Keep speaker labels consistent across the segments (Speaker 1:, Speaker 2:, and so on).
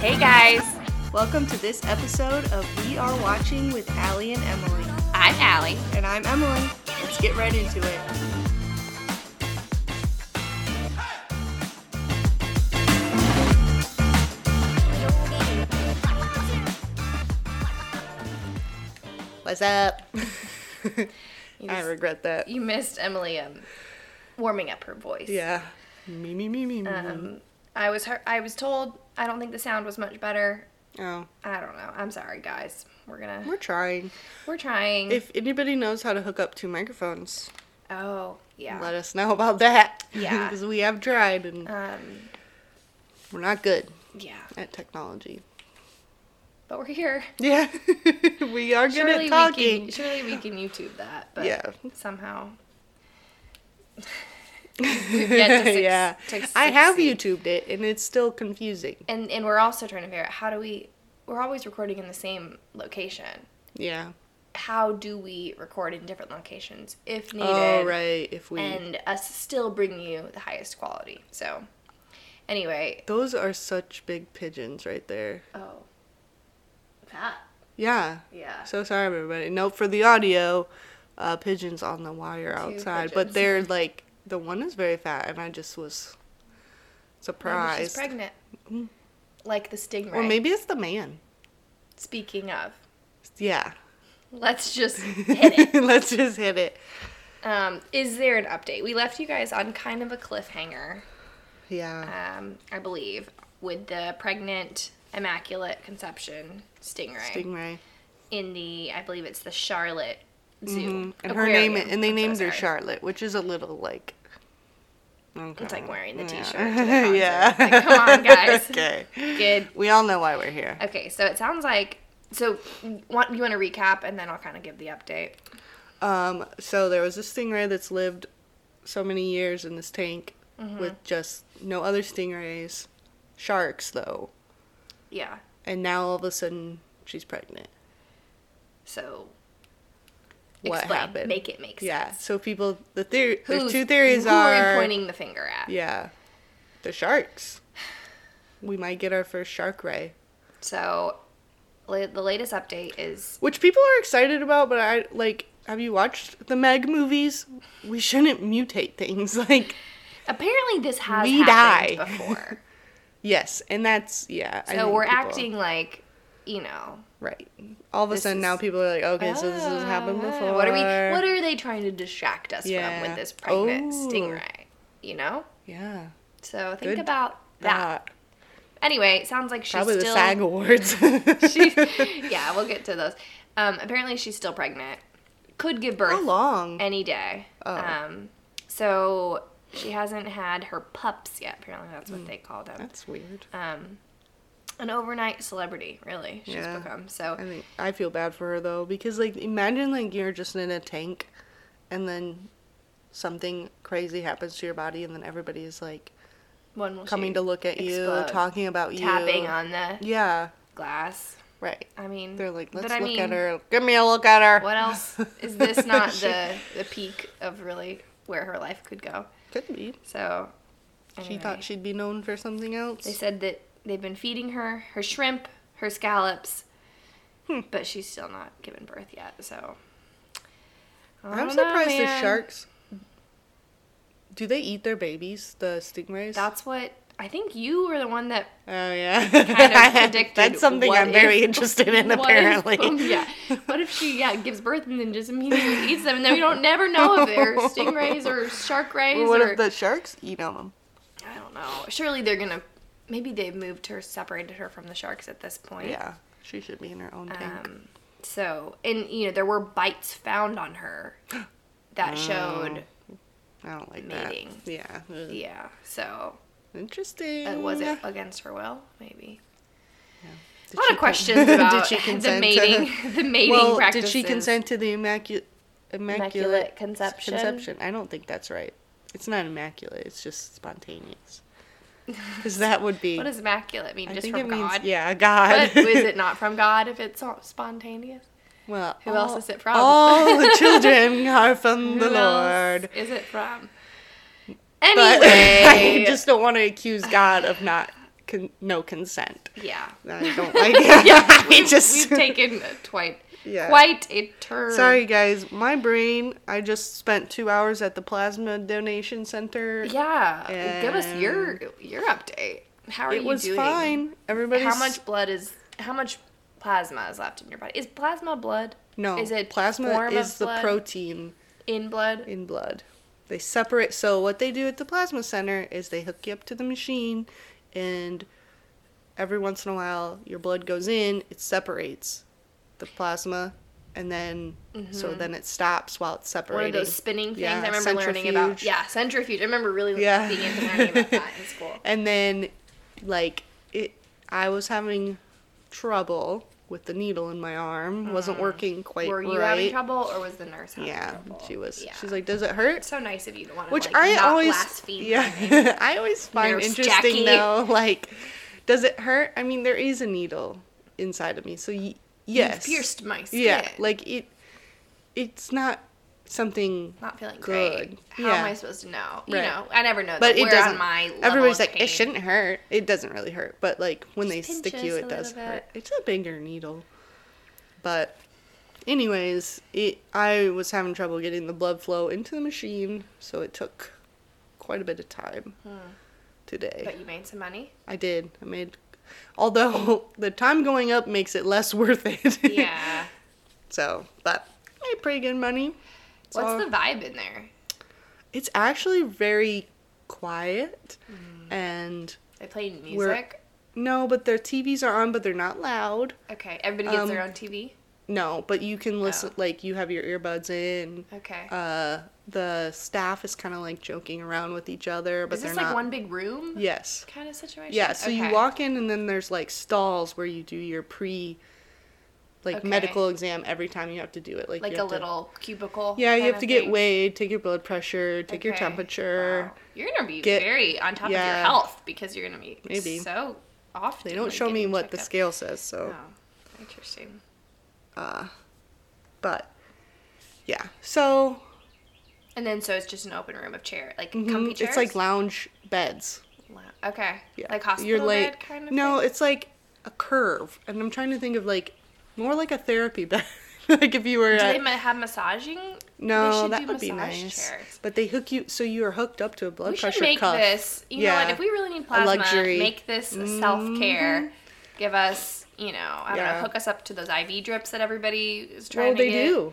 Speaker 1: Hey guys,
Speaker 2: Welcome to this episode of We Are Watching with Allie and Emily.
Speaker 1: I'm Allie.
Speaker 2: And I'm Emily. Let's get right into it. What's up? I
Speaker 1: just-
Speaker 2: regret that.
Speaker 1: You missed Emily um, warming up her voice.
Speaker 2: Yeah. Me, me, me, me, me.
Speaker 1: Um, I was her- I was told I don't think the sound was much better.
Speaker 2: oh,
Speaker 1: I don't know. I'm sorry guys. We're gonna
Speaker 2: we're trying.
Speaker 1: we're trying.
Speaker 2: If anybody knows how to hook up two microphones,
Speaker 1: oh yeah.
Speaker 2: let us know about that.
Speaker 1: Yeah.
Speaker 2: Because we have tried and
Speaker 1: um
Speaker 2: we're not good
Speaker 1: yeah.
Speaker 2: at technology.
Speaker 1: But we're here.
Speaker 2: Yeah. we are good
Speaker 1: Surely
Speaker 2: at
Speaker 1: we
Speaker 2: talking.
Speaker 1: can surely we can YouTube that. But
Speaker 2: Yeah.
Speaker 1: somehow yet to suc-
Speaker 2: yeah.
Speaker 1: to
Speaker 2: I have
Speaker 1: succeed.
Speaker 2: YouTubed it and it's still confusing.
Speaker 1: and and we're also trying to figure out how do we we're always recording in the same location.
Speaker 2: Yeah.
Speaker 1: How do we record in different locations if needed?
Speaker 2: Oh, right. If we.
Speaker 1: and us still bring you the highest quality. So, anyway,
Speaker 2: Those are such big pigeons right there.
Speaker 1: oh, that
Speaker 2: Yeah.
Speaker 1: yeah,
Speaker 2: So sorry, everybody. Nope for the audio. Uh, pigeons on the wire outside, but
Speaker 1: pigeons.
Speaker 2: they're like the one is very fat, and I just was
Speaker 1: Maybe she's
Speaker 2: surprised.
Speaker 1: pregnant, like the stigma.
Speaker 2: Or Mm-hmm. maybe it's the man.
Speaker 1: Speaking of,
Speaker 2: Yeah.
Speaker 1: let's just hit it.
Speaker 2: Let's just hit it.
Speaker 1: Um, is there an update? We left you guys on kind of a cliffhanger,
Speaker 2: Yeah.
Speaker 1: um, I believe, with the pregnant immaculate conception stingray
Speaker 2: Stingray.
Speaker 1: in the, I believe it's the Charlotte Zoo.
Speaker 2: Mm-hmm. And her name
Speaker 1: Aquarium.
Speaker 2: and they
Speaker 1: I'm so
Speaker 2: named her
Speaker 1: sorry.
Speaker 2: Charlotte, which is a little like okay.
Speaker 1: It's like wearing the
Speaker 2: Yeah.
Speaker 1: T-shirt. To the concert.
Speaker 2: yeah.
Speaker 1: Like, come on, guys.
Speaker 2: okay.
Speaker 1: Good.
Speaker 2: We all know why we're here.
Speaker 1: Okay, so it sounds like so. Want you want to recap, and then I'll kind of give the update.
Speaker 2: Um, so there was a stingray that's lived so many years in this tank
Speaker 1: Mm-hmm.
Speaker 2: with just no other stingrays, sharks though,
Speaker 1: Yeah.
Speaker 2: and now all of a sudden she's pregnant.
Speaker 1: So.
Speaker 2: What
Speaker 1: explain.
Speaker 2: happened?
Speaker 1: Make it make sense.
Speaker 2: Yeah. So people, the theory,
Speaker 1: Who's-
Speaker 2: there's two theories
Speaker 1: who
Speaker 2: are.
Speaker 1: pointing the finger at?
Speaker 2: Yeah. The sharks. We might get our first shark ray.
Speaker 1: So, la- the latest update is
Speaker 2: Which people are excited about, but I like have you watched the Meg movies? We shouldn't mutate things. Like
Speaker 1: apparently this has
Speaker 2: We
Speaker 1: happened
Speaker 2: die.
Speaker 1: before.
Speaker 2: yes, and that's yeah. I
Speaker 1: So
Speaker 2: think
Speaker 1: we're
Speaker 2: people-
Speaker 1: acting like, you know.
Speaker 2: right. All of a
Speaker 1: This
Speaker 2: sudden
Speaker 1: is-
Speaker 2: now people are like, okay, so this has happened
Speaker 1: "Ah,
Speaker 2: before.
Speaker 1: What are we? What are they trying to distract us
Speaker 2: Yeah.
Speaker 1: from with this pregnant
Speaker 2: Oh.
Speaker 1: stingray? You know.
Speaker 2: yeah.
Speaker 1: So think
Speaker 2: Good
Speaker 1: about that.
Speaker 2: That.
Speaker 1: Anyway, it sounds like she's
Speaker 2: Probably
Speaker 1: still.
Speaker 2: the SAG Awards.
Speaker 1: she, yeah, we'll get to those. Um, apparently, she's still pregnant. Could give birth
Speaker 2: How long?
Speaker 1: any day.
Speaker 2: Oh.
Speaker 1: Um, so she hasn't had her pups yet. Apparently, that's
Speaker 2: Mm.
Speaker 1: what they call them.
Speaker 2: That's weird.
Speaker 1: Um, an overnight celebrity, really. She's
Speaker 2: Yeah.
Speaker 1: become so.
Speaker 2: I think I feel bad for her though because like imagine like you're just in a tank and then something crazy happens to your body and then everybody is like
Speaker 1: One will
Speaker 2: coming
Speaker 1: shoot.
Speaker 2: to look at
Speaker 1: Explode.
Speaker 2: you, talking about you.
Speaker 1: tapping on the
Speaker 2: Yeah,
Speaker 1: glass.
Speaker 2: right.
Speaker 1: I mean,
Speaker 2: They're like,
Speaker 1: but
Speaker 2: let's
Speaker 1: I
Speaker 2: look
Speaker 1: mean,
Speaker 2: at her. Give me a look at her.
Speaker 1: What else is this? Not
Speaker 2: She-
Speaker 1: the the peak of really where her life could go.
Speaker 2: Could be.
Speaker 1: So
Speaker 2: She
Speaker 1: anyway.
Speaker 2: thought she'd be known for something else.
Speaker 1: They said that they've been feeding her her shrimp, her scallops,
Speaker 2: Hmm.
Speaker 1: but she's still not given birth yet. So I
Speaker 2: I'm
Speaker 1: don't know,
Speaker 2: surprised the
Speaker 1: man.
Speaker 2: sharks. Do they eat their babies, the stingrays?
Speaker 1: That's what I think. You were the one that
Speaker 2: oh yeah,
Speaker 1: kind of predicted.
Speaker 2: that's something
Speaker 1: what
Speaker 2: I'm very
Speaker 1: if-
Speaker 2: interested in.
Speaker 1: what if-
Speaker 2: Apparently,
Speaker 1: yeah. What if she yeah gives birth and then just immediately eats them, and then we don't never know if they're stingrays or shark rays
Speaker 2: what
Speaker 1: or
Speaker 2: if the sharks eat on them?
Speaker 1: I don't know. Surely they're gonna. Maybe they've moved her, separated her from the sharks at this point.
Speaker 2: Yeah, she should be in her own tank.
Speaker 1: Um, so, and you know, there were bites found on her that showed,
Speaker 2: I don't like
Speaker 1: mating.
Speaker 2: that. Yeah. Ugh.
Speaker 1: yeah. So,
Speaker 2: Interesting.
Speaker 1: uh, was it against her will? Maybe.
Speaker 2: Did she
Speaker 1: A lot of
Speaker 2: con-
Speaker 1: questions about
Speaker 2: Did she
Speaker 1: the
Speaker 2: consent to-
Speaker 1: mating, the mating
Speaker 2: well,
Speaker 1: practices.
Speaker 2: did she consent to the immaculate immaculate
Speaker 1: Immaculate conception.
Speaker 2: conception? I don't think that's right. It's not immaculate. It's just spontaneous. Because that would be.
Speaker 1: What does immaculate mean?
Speaker 2: I
Speaker 1: Just
Speaker 2: think
Speaker 1: from
Speaker 2: it means
Speaker 1: God?
Speaker 2: yeah, God.
Speaker 1: But is it not from God if it's all spontaneous?
Speaker 2: well,
Speaker 1: Who
Speaker 2: all,
Speaker 1: else is it from?
Speaker 2: All the children are from the
Speaker 1: Who else
Speaker 2: Lord.
Speaker 1: Is it from?
Speaker 2: But I
Speaker 1: Anyway,
Speaker 2: just don't want to accuse God of not con- no consent.
Speaker 1: Yeah.
Speaker 2: I don't like it.
Speaker 1: Yeah,
Speaker 2: I
Speaker 1: we've,
Speaker 2: just
Speaker 1: we've taken quite
Speaker 2: Yeah.
Speaker 1: quite a turn.
Speaker 2: Sorry guys, my brain. I just spent two hours at the plasma donation center.
Speaker 1: Yeah. Give us your your update. How are
Speaker 2: it
Speaker 1: you
Speaker 2: was
Speaker 1: doing?
Speaker 2: fine. Everybody's
Speaker 1: How much blood is how much plasma is left in your body? Is plasma blood?
Speaker 2: No,
Speaker 1: Is it
Speaker 2: plasma
Speaker 1: form
Speaker 2: is
Speaker 1: of
Speaker 2: the
Speaker 1: blood?
Speaker 2: protein
Speaker 1: in blood?
Speaker 2: in blood. They separate. So what they do at the plasma center is they hook you up to the machine, and every once in a while your blood goes in. It separates the plasma, and then so then it stops while it's separating.
Speaker 1: Mm-hmm. One of those spinning things
Speaker 2: Yeah,
Speaker 1: I remember learning about.
Speaker 2: centrifuge.
Speaker 1: Yeah, centrifuge. I remember really
Speaker 2: Yeah.
Speaker 1: being into learning about that in school.
Speaker 2: And then, like it, I was having trouble with the needle in my arm. wasn't working quite
Speaker 1: Mm. Were you
Speaker 2: right.
Speaker 1: having trouble or was the nurse having
Speaker 2: Yeah,
Speaker 1: trouble?
Speaker 2: she was.
Speaker 1: Yeah.
Speaker 2: She's like, "Does it hurt?"
Speaker 1: so nice of you to want to
Speaker 2: Which
Speaker 1: like,
Speaker 2: I
Speaker 1: not
Speaker 2: always
Speaker 1: blaspheme.
Speaker 2: yeah I always find
Speaker 1: Nurse
Speaker 2: interesting
Speaker 1: Jackie.
Speaker 2: though like does it hurt I mean there is a needle inside of me so y- yes
Speaker 1: You've pierced my skin.
Speaker 2: yeah like it it's not something
Speaker 1: not feeling
Speaker 2: good
Speaker 1: great. How
Speaker 2: yeah
Speaker 1: am I supposed to know? You
Speaker 2: Right.
Speaker 1: know, I never know.
Speaker 2: but
Speaker 1: that.
Speaker 2: it
Speaker 1: We're
Speaker 2: doesn't
Speaker 1: On my level
Speaker 2: everybody's
Speaker 1: of
Speaker 2: like
Speaker 1: pain.
Speaker 2: it shouldn't hurt it doesn't really hurt but like when
Speaker 1: Just
Speaker 2: they stick
Speaker 1: pinches
Speaker 2: you
Speaker 1: a
Speaker 2: it
Speaker 1: little
Speaker 2: does
Speaker 1: bit.
Speaker 2: hurt it's a bigger needle but anyways it I was having trouble getting the blood flow into the machine so it took quite a bit of time today
Speaker 1: Hmm. But you made some money.
Speaker 2: I did. I made. Although the time going up makes it less worth it.
Speaker 1: Yeah.
Speaker 2: so, but I made pretty good money. So
Speaker 1: What's the vibe in there?
Speaker 2: It's actually very quiet,
Speaker 1: Mm.
Speaker 2: and
Speaker 1: They play music.
Speaker 2: We're- no, but their TVs are on, but they're not loud.
Speaker 1: Okay, everybody gets their
Speaker 2: Um,
Speaker 1: own TV.
Speaker 2: No, but you can listen.
Speaker 1: Oh.
Speaker 2: Like you have your earbuds in.
Speaker 1: Okay.
Speaker 2: Uh, the staff is kind of like joking around with each other, but
Speaker 1: Is
Speaker 2: they're
Speaker 1: this like
Speaker 2: not.
Speaker 1: one big room
Speaker 2: yes.
Speaker 1: kind of situation?
Speaker 2: Yeah, so you
Speaker 1: Okay.
Speaker 2: walk in and then there's like stalls where you do your pre like
Speaker 1: Okay.
Speaker 2: medical exam every time you have to do it. Like,
Speaker 1: like
Speaker 2: you
Speaker 1: a
Speaker 2: have to-
Speaker 1: little cubicle.
Speaker 2: Yeah, you
Speaker 1: kinda
Speaker 2: have to get
Speaker 1: thing.
Speaker 2: weighed, take your blood pressure, take your
Speaker 1: Okay.
Speaker 2: temperature.
Speaker 1: Wow. You're gonna be
Speaker 2: Get-
Speaker 1: very on top of your
Speaker 2: yeah.
Speaker 1: health because you're gonna be
Speaker 2: Maybe.
Speaker 1: so often.
Speaker 2: They don't
Speaker 1: like,
Speaker 2: show me
Speaker 1: getting
Speaker 2: what the
Speaker 1: checked
Speaker 2: scale says,
Speaker 1: up.
Speaker 2: so
Speaker 1: Oh, interesting.
Speaker 2: uh but yeah. So
Speaker 1: And then so it's just an open room of chair, like
Speaker 2: mhm,
Speaker 1: comfy chairs.
Speaker 2: it's like lounge beds.
Speaker 1: Wow. Okay.
Speaker 2: Yeah.
Speaker 1: Like hospital
Speaker 2: like-
Speaker 1: bed kind of.
Speaker 2: No,
Speaker 1: thing?
Speaker 2: it's like a curve. And I'm trying to think of like more like a therapy bed. like if you were
Speaker 1: Do
Speaker 2: at,
Speaker 1: they ma- have massaging? They
Speaker 2: No,
Speaker 1: should
Speaker 2: that
Speaker 1: do
Speaker 2: would be
Speaker 1: massage
Speaker 2: nice.
Speaker 1: chairs.
Speaker 2: But they hook you, so you are hooked up to a blood
Speaker 1: We should
Speaker 2: pressure
Speaker 1: make
Speaker 2: cuff.
Speaker 1: this. You know
Speaker 2: Yeah.
Speaker 1: what? If we really need plasma,
Speaker 2: luxury. Mm-hmm.
Speaker 1: make this self care. Give us, you know, I don't know,
Speaker 2: Yeah.
Speaker 1: hook us up to those IV drips that everybody is trying
Speaker 2: Well,
Speaker 1: to
Speaker 2: they
Speaker 1: get.
Speaker 2: do.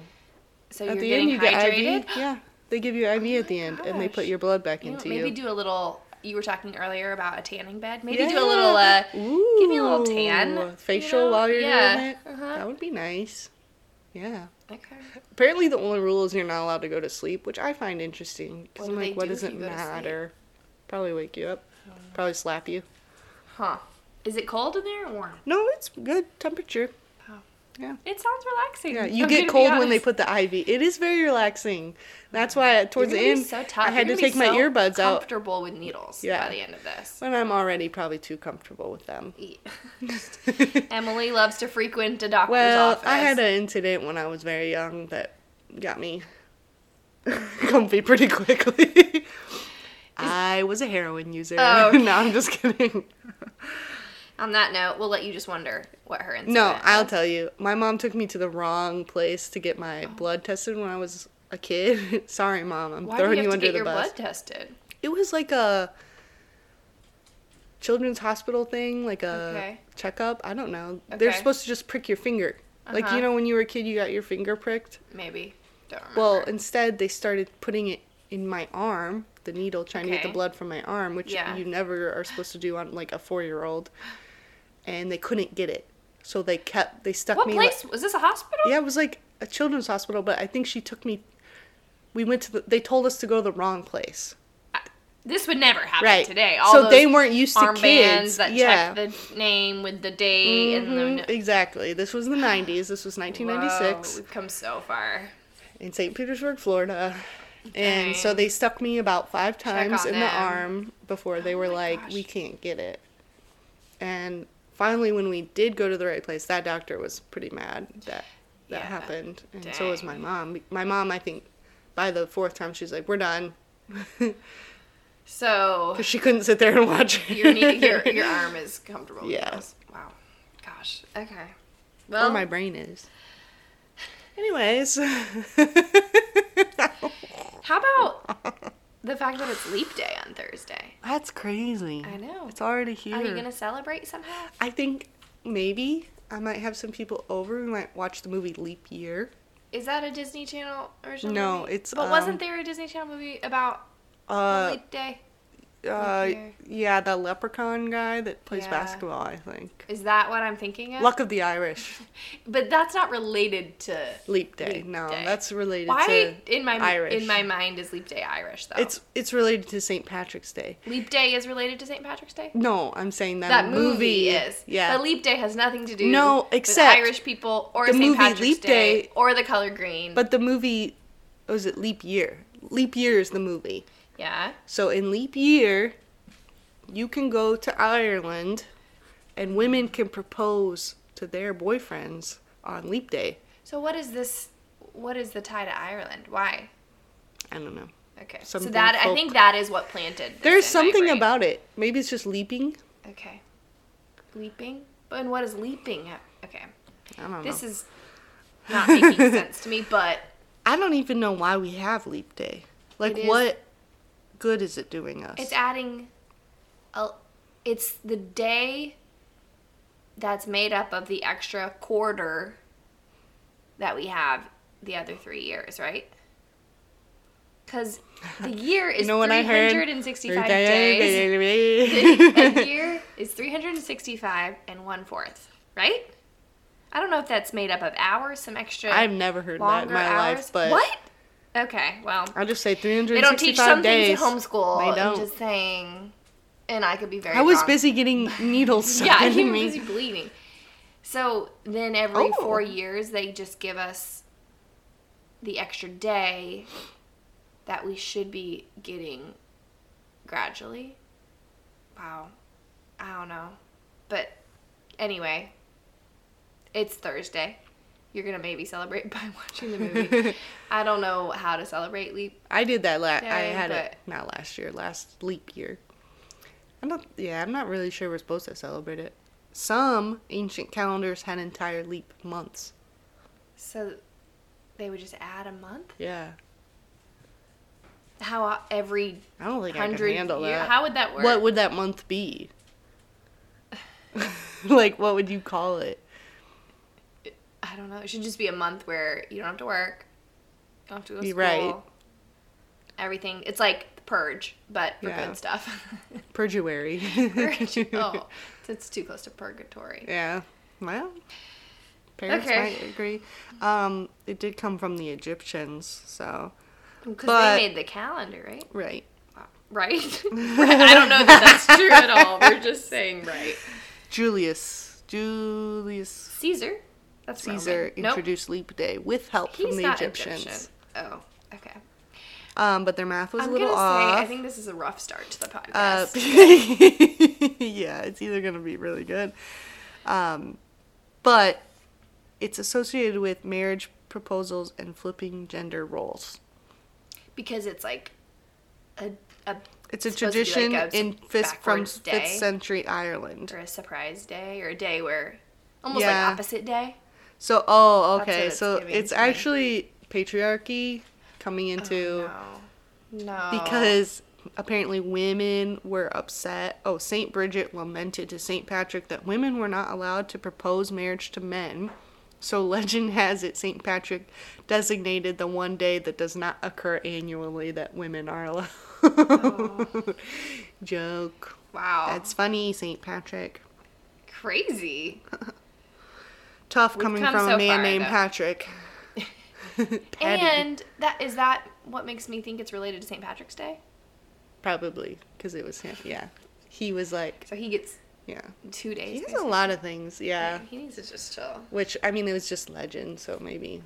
Speaker 1: So
Speaker 2: At
Speaker 1: you're
Speaker 2: the end,
Speaker 1: getting
Speaker 2: you get
Speaker 1: hydrated. Oh
Speaker 2: IV. Yeah, they give you IV at the end, and they put
Speaker 1: gosh.
Speaker 2: your blood back
Speaker 1: You know,
Speaker 2: into
Speaker 1: maybe
Speaker 2: you.
Speaker 1: do a little. You were talking earlier about a tanning bed. Maybe do a little. Uh,
Speaker 2: Ooh,
Speaker 1: give me a little tan, you
Speaker 2: facial
Speaker 1: know?
Speaker 2: while you're doing
Speaker 1: Yeah.
Speaker 2: it.
Speaker 1: Uh-huh.
Speaker 2: That would be nice. Yeah.
Speaker 1: okay.
Speaker 2: Apparently, the only rule is you're not allowed to go to sleep, which I find interesting because
Speaker 1: What
Speaker 2: I'm
Speaker 1: do they
Speaker 2: like, what
Speaker 1: do
Speaker 2: does
Speaker 1: if
Speaker 2: it
Speaker 1: you go to sleep? Hmm.
Speaker 2: matter? Probably wake you up. Probably slap you.
Speaker 1: Huh? Is it cold in there or warm?
Speaker 2: No, it's good temperature.
Speaker 1: Oh.
Speaker 2: Yeah.
Speaker 1: It sounds relaxing.
Speaker 2: Yeah, you
Speaker 1: I'm
Speaker 2: get
Speaker 1: gonna be
Speaker 2: cold when they
Speaker 1: honest.
Speaker 2: put the IV. It is very relaxing. That's why towards the
Speaker 1: You're gonna be
Speaker 2: end,
Speaker 1: so tough.
Speaker 2: I had
Speaker 1: You're
Speaker 2: to
Speaker 1: gonna be
Speaker 2: take my
Speaker 1: so
Speaker 2: earbuds out
Speaker 1: Comfortable with needles
Speaker 2: Yeah.
Speaker 1: by the end of this.
Speaker 2: when I'm already probably too comfortable with them.
Speaker 1: Emily loves to frequent a doctor's
Speaker 2: well,
Speaker 1: office.
Speaker 2: I had an incident when I was very young that got me comfy pretty quickly. I was a heroin user.
Speaker 1: Oh, okay.
Speaker 2: no, I'm just kidding.
Speaker 1: On that note, we'll let you just wonder what her incident.
Speaker 2: No, I'll
Speaker 1: was.
Speaker 2: tell you. My mom took me to the wrong place to get
Speaker 1: Oh.
Speaker 2: my blood tested when I was a kid. Sorry, mom. I'm
Speaker 1: Why do you
Speaker 2: throwing
Speaker 1: have
Speaker 2: you,
Speaker 1: to
Speaker 2: under
Speaker 1: get
Speaker 2: the
Speaker 1: your
Speaker 2: bus.
Speaker 1: blood tested?
Speaker 2: It was like a children's hospital thing, like a
Speaker 1: Okay.
Speaker 2: checkup. I don't know. They're
Speaker 1: Okay.
Speaker 2: supposed to just prick your finger. Like
Speaker 1: Uh-huh.
Speaker 2: you know when you were a kid you got your finger pricked?
Speaker 1: Maybe. Don't remember.
Speaker 2: Well, instead they started putting it in my arm, the needle trying to get the
Speaker 1: Okay.
Speaker 2: blood from my arm, which
Speaker 1: Yeah.
Speaker 2: you never are supposed to do on like a 4-year-old. And they couldn't get it. So they kept they stuck
Speaker 1: what
Speaker 2: me
Speaker 1: place was this? A hospital?
Speaker 2: yeah, it was like a children's hospital, but I think she took me we went to the they told us to go the wrong place.
Speaker 1: This would never happen
Speaker 2: Right.
Speaker 1: Ah, today. All
Speaker 2: So
Speaker 1: those
Speaker 2: they weren't used to
Speaker 1: armbands
Speaker 2: kids.
Speaker 1: that
Speaker 2: Yeah.
Speaker 1: check the name with the day and
Speaker 2: Mhm,
Speaker 1: the.
Speaker 2: Exactly. This was in the 90s. This was 1996
Speaker 1: Whoa, we've come so far.
Speaker 2: in St. Petersburg, Florida. And so
Speaker 1: Dang.
Speaker 2: they stuck me about five times
Speaker 1: on
Speaker 2: in the
Speaker 1: them. Oh
Speaker 2: arm before they were
Speaker 1: my
Speaker 2: like,
Speaker 1: gosh.
Speaker 2: we can't get it. And finally, when we did go to the right place, that doctor was pretty mad that that
Speaker 1: Yeah.
Speaker 2: happened. And so was
Speaker 1: Dang.
Speaker 2: my mom. My mom, I think, by the fourth time, she's like, we're done.
Speaker 1: So
Speaker 2: Because she couldn't sit there and watch it.
Speaker 1: your knee, your your arm is comfortable. with
Speaker 2: Yeah.
Speaker 1: those. Wow. Gosh. Okay.
Speaker 2: Or
Speaker 1: Well,
Speaker 2: my brain is. Anyways.
Speaker 1: how about the fact that it's leap day on Thursday?
Speaker 2: That's crazy.
Speaker 1: I know.
Speaker 2: It's already here.
Speaker 1: Are you gonna celebrate somehow?
Speaker 2: I think maybe I might have some people over. We might watch the movie Leap Year.
Speaker 1: Is that a Disney Channel original?
Speaker 2: No,
Speaker 1: movie?
Speaker 2: it's,
Speaker 1: But
Speaker 2: um,
Speaker 1: wasn't there a Disney Channel movie about
Speaker 2: Uh,
Speaker 1: Oh, leap day?
Speaker 2: uh,
Speaker 1: Year.
Speaker 2: yeah, the leprechaun guy that plays
Speaker 1: Yeah.
Speaker 2: basketball. I think.
Speaker 1: Is that what I'm thinking of?
Speaker 2: Luck of the Irish.
Speaker 1: But that's not related to.
Speaker 2: Leap Day.
Speaker 1: Leap
Speaker 2: no,
Speaker 1: Day.
Speaker 2: that's related
Speaker 1: Why
Speaker 2: to
Speaker 1: in my
Speaker 2: Irish.
Speaker 1: in my mind is leap day Irish though?
Speaker 2: It's it's related to St. Patrick's Day.
Speaker 1: leap day is related to St. Patrick's Day.
Speaker 2: No, I'm saying that,
Speaker 1: that movie is.
Speaker 2: Yeah.
Speaker 1: But Leap Day has nothing to do
Speaker 2: No, except
Speaker 1: with Irish people or
Speaker 2: the
Speaker 1: St.
Speaker 2: movie
Speaker 1: Patrick's
Speaker 2: Leap
Speaker 1: Day,
Speaker 2: Day-
Speaker 1: or the color green.
Speaker 2: But the movie was it Leap Year? Leap Year is the movie.
Speaker 1: yeah.
Speaker 2: So in Leap Year, you can go to Ireland and women can propose to their boyfriends on Leap Day.
Speaker 1: So what is this what is the tie to Ireland? Why?
Speaker 2: I don't know.
Speaker 1: Okay. so
Speaker 2: Something
Speaker 1: that I
Speaker 2: folk-
Speaker 1: think that is what planted. this
Speaker 2: There's
Speaker 1: in my
Speaker 2: something
Speaker 1: brain.
Speaker 2: about it. Maybe it's just leaping.
Speaker 1: Okay. Leaping? But and what is leaping? ha- Okay.
Speaker 2: I don't
Speaker 1: This
Speaker 2: know.
Speaker 1: is not making sense to me, but
Speaker 2: I don't even know why we have Leap Day. Like,
Speaker 1: It is-
Speaker 2: what good is it doing us?
Speaker 1: it's adding a it's the day that's made up of the extra quarter that we have the other 3 years, right? Cuz the year is 365 days. a year is 365 and one fourth, right? I don't know if that's made up of hours, some extra.
Speaker 2: I've never heard that in
Speaker 1: longer
Speaker 2: my
Speaker 1: hours.
Speaker 2: life, but
Speaker 1: what? Okay, well,
Speaker 2: I'll just say 365
Speaker 1: they don't teach some
Speaker 2: days.
Speaker 1: things at homeschool.
Speaker 2: They
Speaker 1: I'm
Speaker 2: don't.
Speaker 1: just saying, and I could be very.
Speaker 2: I was
Speaker 1: wrong.
Speaker 2: busy getting needles stuck
Speaker 1: Yeah,
Speaker 2: into
Speaker 1: he was
Speaker 2: me.
Speaker 1: busy bleeding. So then every
Speaker 2: Oh.
Speaker 1: four years they just give us the extra day that we should be getting gradually. Wow. I don't know. But anyway, it's Thursday. You're gonna maybe celebrate by watching the movie. I don't know how to celebrate leap.
Speaker 2: I did that last. I
Speaker 1: Yeah,
Speaker 2: had it
Speaker 1: but-
Speaker 2: not last year, last leap year. I'm not. Yeah, I'm not really sure we're supposed to celebrate it. Some ancient calendars had entire leap months.
Speaker 1: So they would just add a month.
Speaker 2: Yeah,
Speaker 1: How uh, every
Speaker 2: I don't think I can
Speaker 1: hundred
Speaker 2: handle
Speaker 1: year?
Speaker 2: that.
Speaker 1: How would that work?
Speaker 2: what would that month be? like, what would you call it?
Speaker 1: I don't know. It should just be a month where you don't have to work. You don't have to go to
Speaker 2: You're
Speaker 1: school.
Speaker 2: right.
Speaker 1: Everything. It's like the purge, but for
Speaker 2: Yeah.
Speaker 1: good stuff.
Speaker 2: Perjuary.
Speaker 1: purge. Oh, it's too close to purgatory.
Speaker 2: Yeah. Well, parents
Speaker 1: Okay.
Speaker 2: might agree. Um, it did come from the Egyptians, so
Speaker 1: Because
Speaker 2: But-
Speaker 1: they made the calendar, right?
Speaker 2: right.
Speaker 1: Right? I don't know that that's true at all. We're just saying right.
Speaker 2: Julius, Julius
Speaker 1: Caesar. That's Roman.
Speaker 2: Caesar introduced leap day with help
Speaker 1: nope.
Speaker 2: from
Speaker 1: He's
Speaker 2: the
Speaker 1: not
Speaker 2: Egyptians.
Speaker 1: Egyptian. Oh, okay.
Speaker 2: Um, but their math was
Speaker 1: I'm
Speaker 2: a
Speaker 1: gonna
Speaker 2: little
Speaker 1: say
Speaker 2: off.
Speaker 1: I think this is a rough start to the podcast.
Speaker 2: Uh, yeah, it's either going to be really good. Um, but it's associated with marriage proposals and flipping gender roles.
Speaker 1: because it's like a, a
Speaker 2: It's a
Speaker 1: supposed to be like
Speaker 2: tradition
Speaker 1: a s-
Speaker 2: in fifth, from
Speaker 1: backwards day.
Speaker 2: 5th century Ireland.
Speaker 1: or a surprise day or a day where almost
Speaker 2: Yeah.
Speaker 1: like opposite day.
Speaker 2: So, oh,
Speaker 1: That's
Speaker 2: okay.
Speaker 1: what it's
Speaker 2: so
Speaker 1: giving
Speaker 2: it's
Speaker 1: to me. Oh,
Speaker 2: actually patriarchy coming into
Speaker 1: no. No.
Speaker 2: because apparently women were upset. Oh, St. Bridget lamented to St. Patrick that women were not allowed to propose marriage to men. So legend has it St. Patrick designated the one day that does not occur annually that women are allowed.
Speaker 1: Oh.
Speaker 2: Joke.
Speaker 1: wow,
Speaker 2: That's funny, St. Patrick.
Speaker 1: crazy.
Speaker 2: Tough coming
Speaker 1: come
Speaker 2: from
Speaker 1: so
Speaker 2: a man
Speaker 1: far,
Speaker 2: named
Speaker 1: though.
Speaker 2: Patrick. Patty,
Speaker 1: And that is that what makes me think it's related to St. Patrick's Day.
Speaker 2: probably, because it was him. Yeah. He was like,
Speaker 1: So he gets
Speaker 2: yeah.
Speaker 1: two
Speaker 2: He
Speaker 1: days.
Speaker 2: has a lot of things, yeah.
Speaker 1: basically. He needs to just chill.
Speaker 2: Which I mean, it was just legend, so maybe,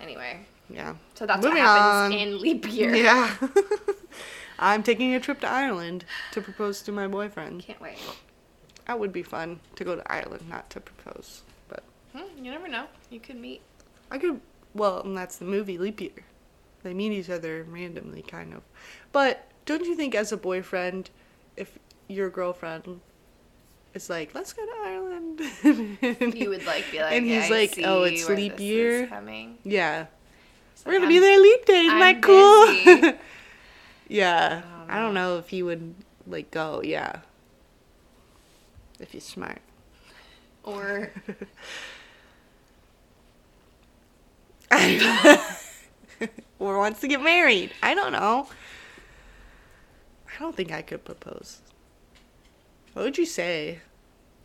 Speaker 1: Anyway,
Speaker 2: yeah.
Speaker 1: so that's
Speaker 2: Moving
Speaker 1: what happens
Speaker 2: on.
Speaker 1: in leap year.
Speaker 2: Yeah. I'm taking a trip to Ireland to propose to my boyfriend.
Speaker 1: Can't wait.
Speaker 2: That would be fun to go to Ireland, not to propose, but
Speaker 1: Hmm, you never know. You could meet.
Speaker 2: I could. Well, and that's the movie Leap Year. They meet each other randomly, kind of, but Don't you think, as a boyfriend, if your girlfriend is like, let's go to Ireland,
Speaker 1: You would like be like,
Speaker 2: and he's
Speaker 1: "I
Speaker 2: like, oh,
Speaker 1: see
Speaker 2: it's
Speaker 1: where
Speaker 2: leap
Speaker 1: this is
Speaker 2: year.
Speaker 1: coming.
Speaker 2: Yeah,
Speaker 1: It's
Speaker 2: we're
Speaker 1: like,
Speaker 2: gonna
Speaker 1: I'm-
Speaker 2: be there leap day. Isn't
Speaker 1: I'm
Speaker 2: that cool?
Speaker 1: busy.
Speaker 2: yeah,
Speaker 1: Oh,
Speaker 2: I don't know if he would like go. Yeah, if he's smart.
Speaker 1: Or
Speaker 2: or wants to get married. I don't know. I don't think I could propose. What would you say?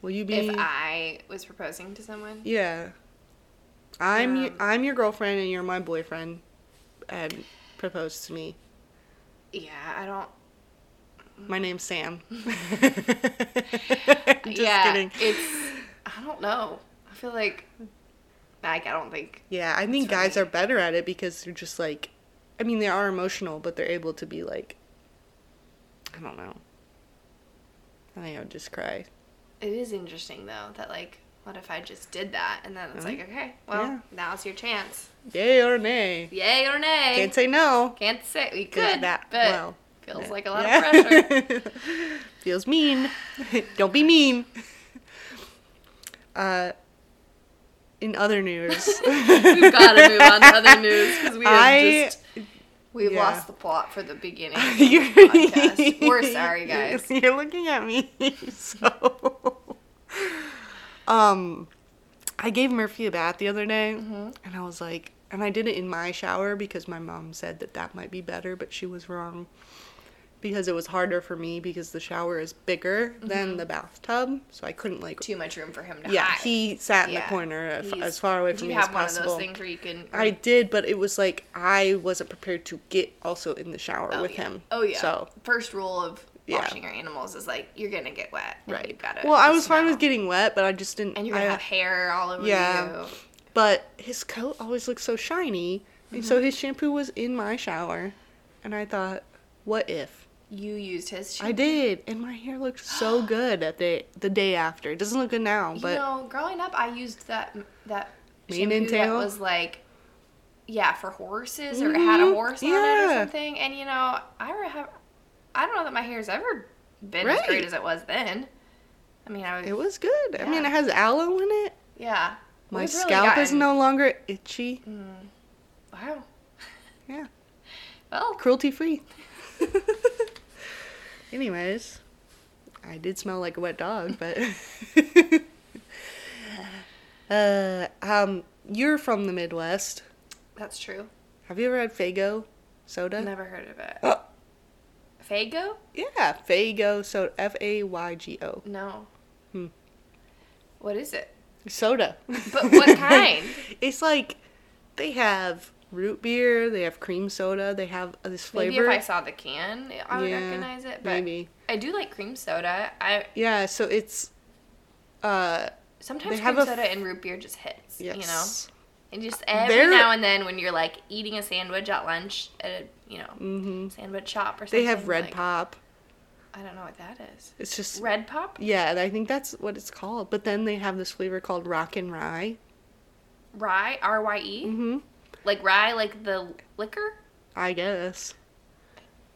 Speaker 2: Will you be?
Speaker 1: if I was proposing to someone,
Speaker 2: yeah. I'm y-
Speaker 1: Um,
Speaker 2: I'm your girlfriend and you're my boyfriend, and propose to me.
Speaker 1: yeah, I don't.
Speaker 2: My name's Sam. Just
Speaker 1: yeah,
Speaker 2: kidding.
Speaker 1: it's. I don't know. I feel like, like I don't think.
Speaker 2: Yeah, I think
Speaker 1: That's
Speaker 2: guys
Speaker 1: right.
Speaker 2: are better at it because they're just like, I mean, they are emotional, but they're able to be like, I don't know. I think I would just cry.
Speaker 1: It is interesting though that like, what if I just did that and then it's
Speaker 2: Really?
Speaker 1: like, okay, well,
Speaker 2: Mm. Yeah.
Speaker 1: now's your chance.
Speaker 2: Yay or nay?
Speaker 1: Yay or nay?
Speaker 2: Can't say no.
Speaker 1: Can't say we could,
Speaker 2: Yeah, that-
Speaker 1: but
Speaker 2: well,
Speaker 1: feels
Speaker 2: Yeah.
Speaker 1: like a lot
Speaker 2: Yeah.
Speaker 1: of pressure.
Speaker 2: Feels mean. Don't be mean. Uh, in other news,
Speaker 1: We've got to move on to other news because we have
Speaker 2: I-
Speaker 1: just we've
Speaker 2: yeah.
Speaker 1: lost the plot for the beginning. Of the
Speaker 2: You're-
Speaker 1: podcast. We're sorry, guys.
Speaker 2: You're looking at me. So, um, I gave Murphy a bath the other day,
Speaker 1: Mm-hmm.
Speaker 2: and I was like, and I did it in my shower because my mom said that that might be better, but she was wrong because it was harder for me because the shower is bigger than the bathtub, so I couldn't like.
Speaker 1: Mm-hmm. Too much room for him to
Speaker 2: yeah,
Speaker 1: hide.
Speaker 2: he sat in
Speaker 1: Yeah.
Speaker 2: the corner as,
Speaker 1: He's-
Speaker 2: as far away
Speaker 1: Do
Speaker 2: from
Speaker 1: you
Speaker 2: me
Speaker 1: have
Speaker 2: as
Speaker 1: one
Speaker 2: possible.
Speaker 1: of those things where you can?
Speaker 2: I did, but it was like I wasn't prepared to get also in the shower
Speaker 1: Oh,
Speaker 2: with
Speaker 1: yeah.
Speaker 2: him.
Speaker 1: Oh yeah.
Speaker 2: So
Speaker 1: first rule of
Speaker 2: Yeah.
Speaker 1: washing your animals is like you're gonna get wet. and
Speaker 2: Right.
Speaker 1: You gotta
Speaker 2: well, I was
Speaker 1: smell.
Speaker 2: fine with getting wet, but I just didn't.
Speaker 1: And you're gonna
Speaker 2: I-
Speaker 1: have hair all over
Speaker 2: Yeah.
Speaker 1: you.
Speaker 2: But his coat always looked so shiny, and
Speaker 1: Mm-hmm.
Speaker 2: so his shampoo was in my shower, and I thought, what if?
Speaker 1: You used his.
Speaker 2: I did, and my hair looked so good at the the day after. It doesn't look good now,
Speaker 1: you
Speaker 2: but
Speaker 1: know, growing up, I used that that
Speaker 2: Mane
Speaker 1: shampoo
Speaker 2: and
Speaker 1: that
Speaker 2: tail?
Speaker 1: was like, yeah, for horses or it had a
Speaker 2: Mhm,
Speaker 1: horse on it or
Speaker 2: yeah.
Speaker 1: something. And you know, I re- have, I don't know that my hair's ever been as great
Speaker 2: Right.
Speaker 1: as it was then. I mean, I was,
Speaker 2: it was good. I mean,
Speaker 1: Yeah.
Speaker 2: it has aloe in it.
Speaker 1: yeah.
Speaker 2: My
Speaker 1: We've really
Speaker 2: scalp is
Speaker 1: gotten-
Speaker 2: no longer itchy.
Speaker 1: Wow.
Speaker 2: Yeah,
Speaker 1: Well,
Speaker 2: cruelty free. Anyways, I did smell like a wet dog, but uh, um, you're from the Midwest.
Speaker 1: that's true.
Speaker 2: Have you ever had Fago soda?
Speaker 1: Never heard of it.
Speaker 2: Oh,
Speaker 1: Fago?
Speaker 2: yeah, Fago soda. F A Y G O
Speaker 1: No.
Speaker 2: Hmm.
Speaker 1: What is it?
Speaker 2: soda.
Speaker 1: But what kind?
Speaker 2: it's like they have root beer, they have cream soda, they have this flavor.
Speaker 1: Maybe if I saw the can, I would
Speaker 2: Yeah,
Speaker 1: recognize it. But
Speaker 2: maybe.
Speaker 1: I do like cream soda. I
Speaker 2: Yeah, so it's uh
Speaker 1: sometimes
Speaker 2: They have
Speaker 1: cream
Speaker 2: a f-
Speaker 1: soda and root beer just hits. You know,
Speaker 2: yes.
Speaker 1: and just every
Speaker 2: They're-
Speaker 1: now and then when you're like eating a sandwich at lunch at a you know
Speaker 2: hmm
Speaker 1: sandwich shop or something.
Speaker 2: They have red
Speaker 1: like,
Speaker 2: pop.
Speaker 1: I don't know what that is.
Speaker 2: It's just
Speaker 1: Red pop,
Speaker 2: Yeah, and I think that's what it's called. But then they have this flavor called rock and rye.
Speaker 1: rye, R Y E,
Speaker 2: Mm-hmm.
Speaker 1: like rye, like the liquor.
Speaker 2: I guess.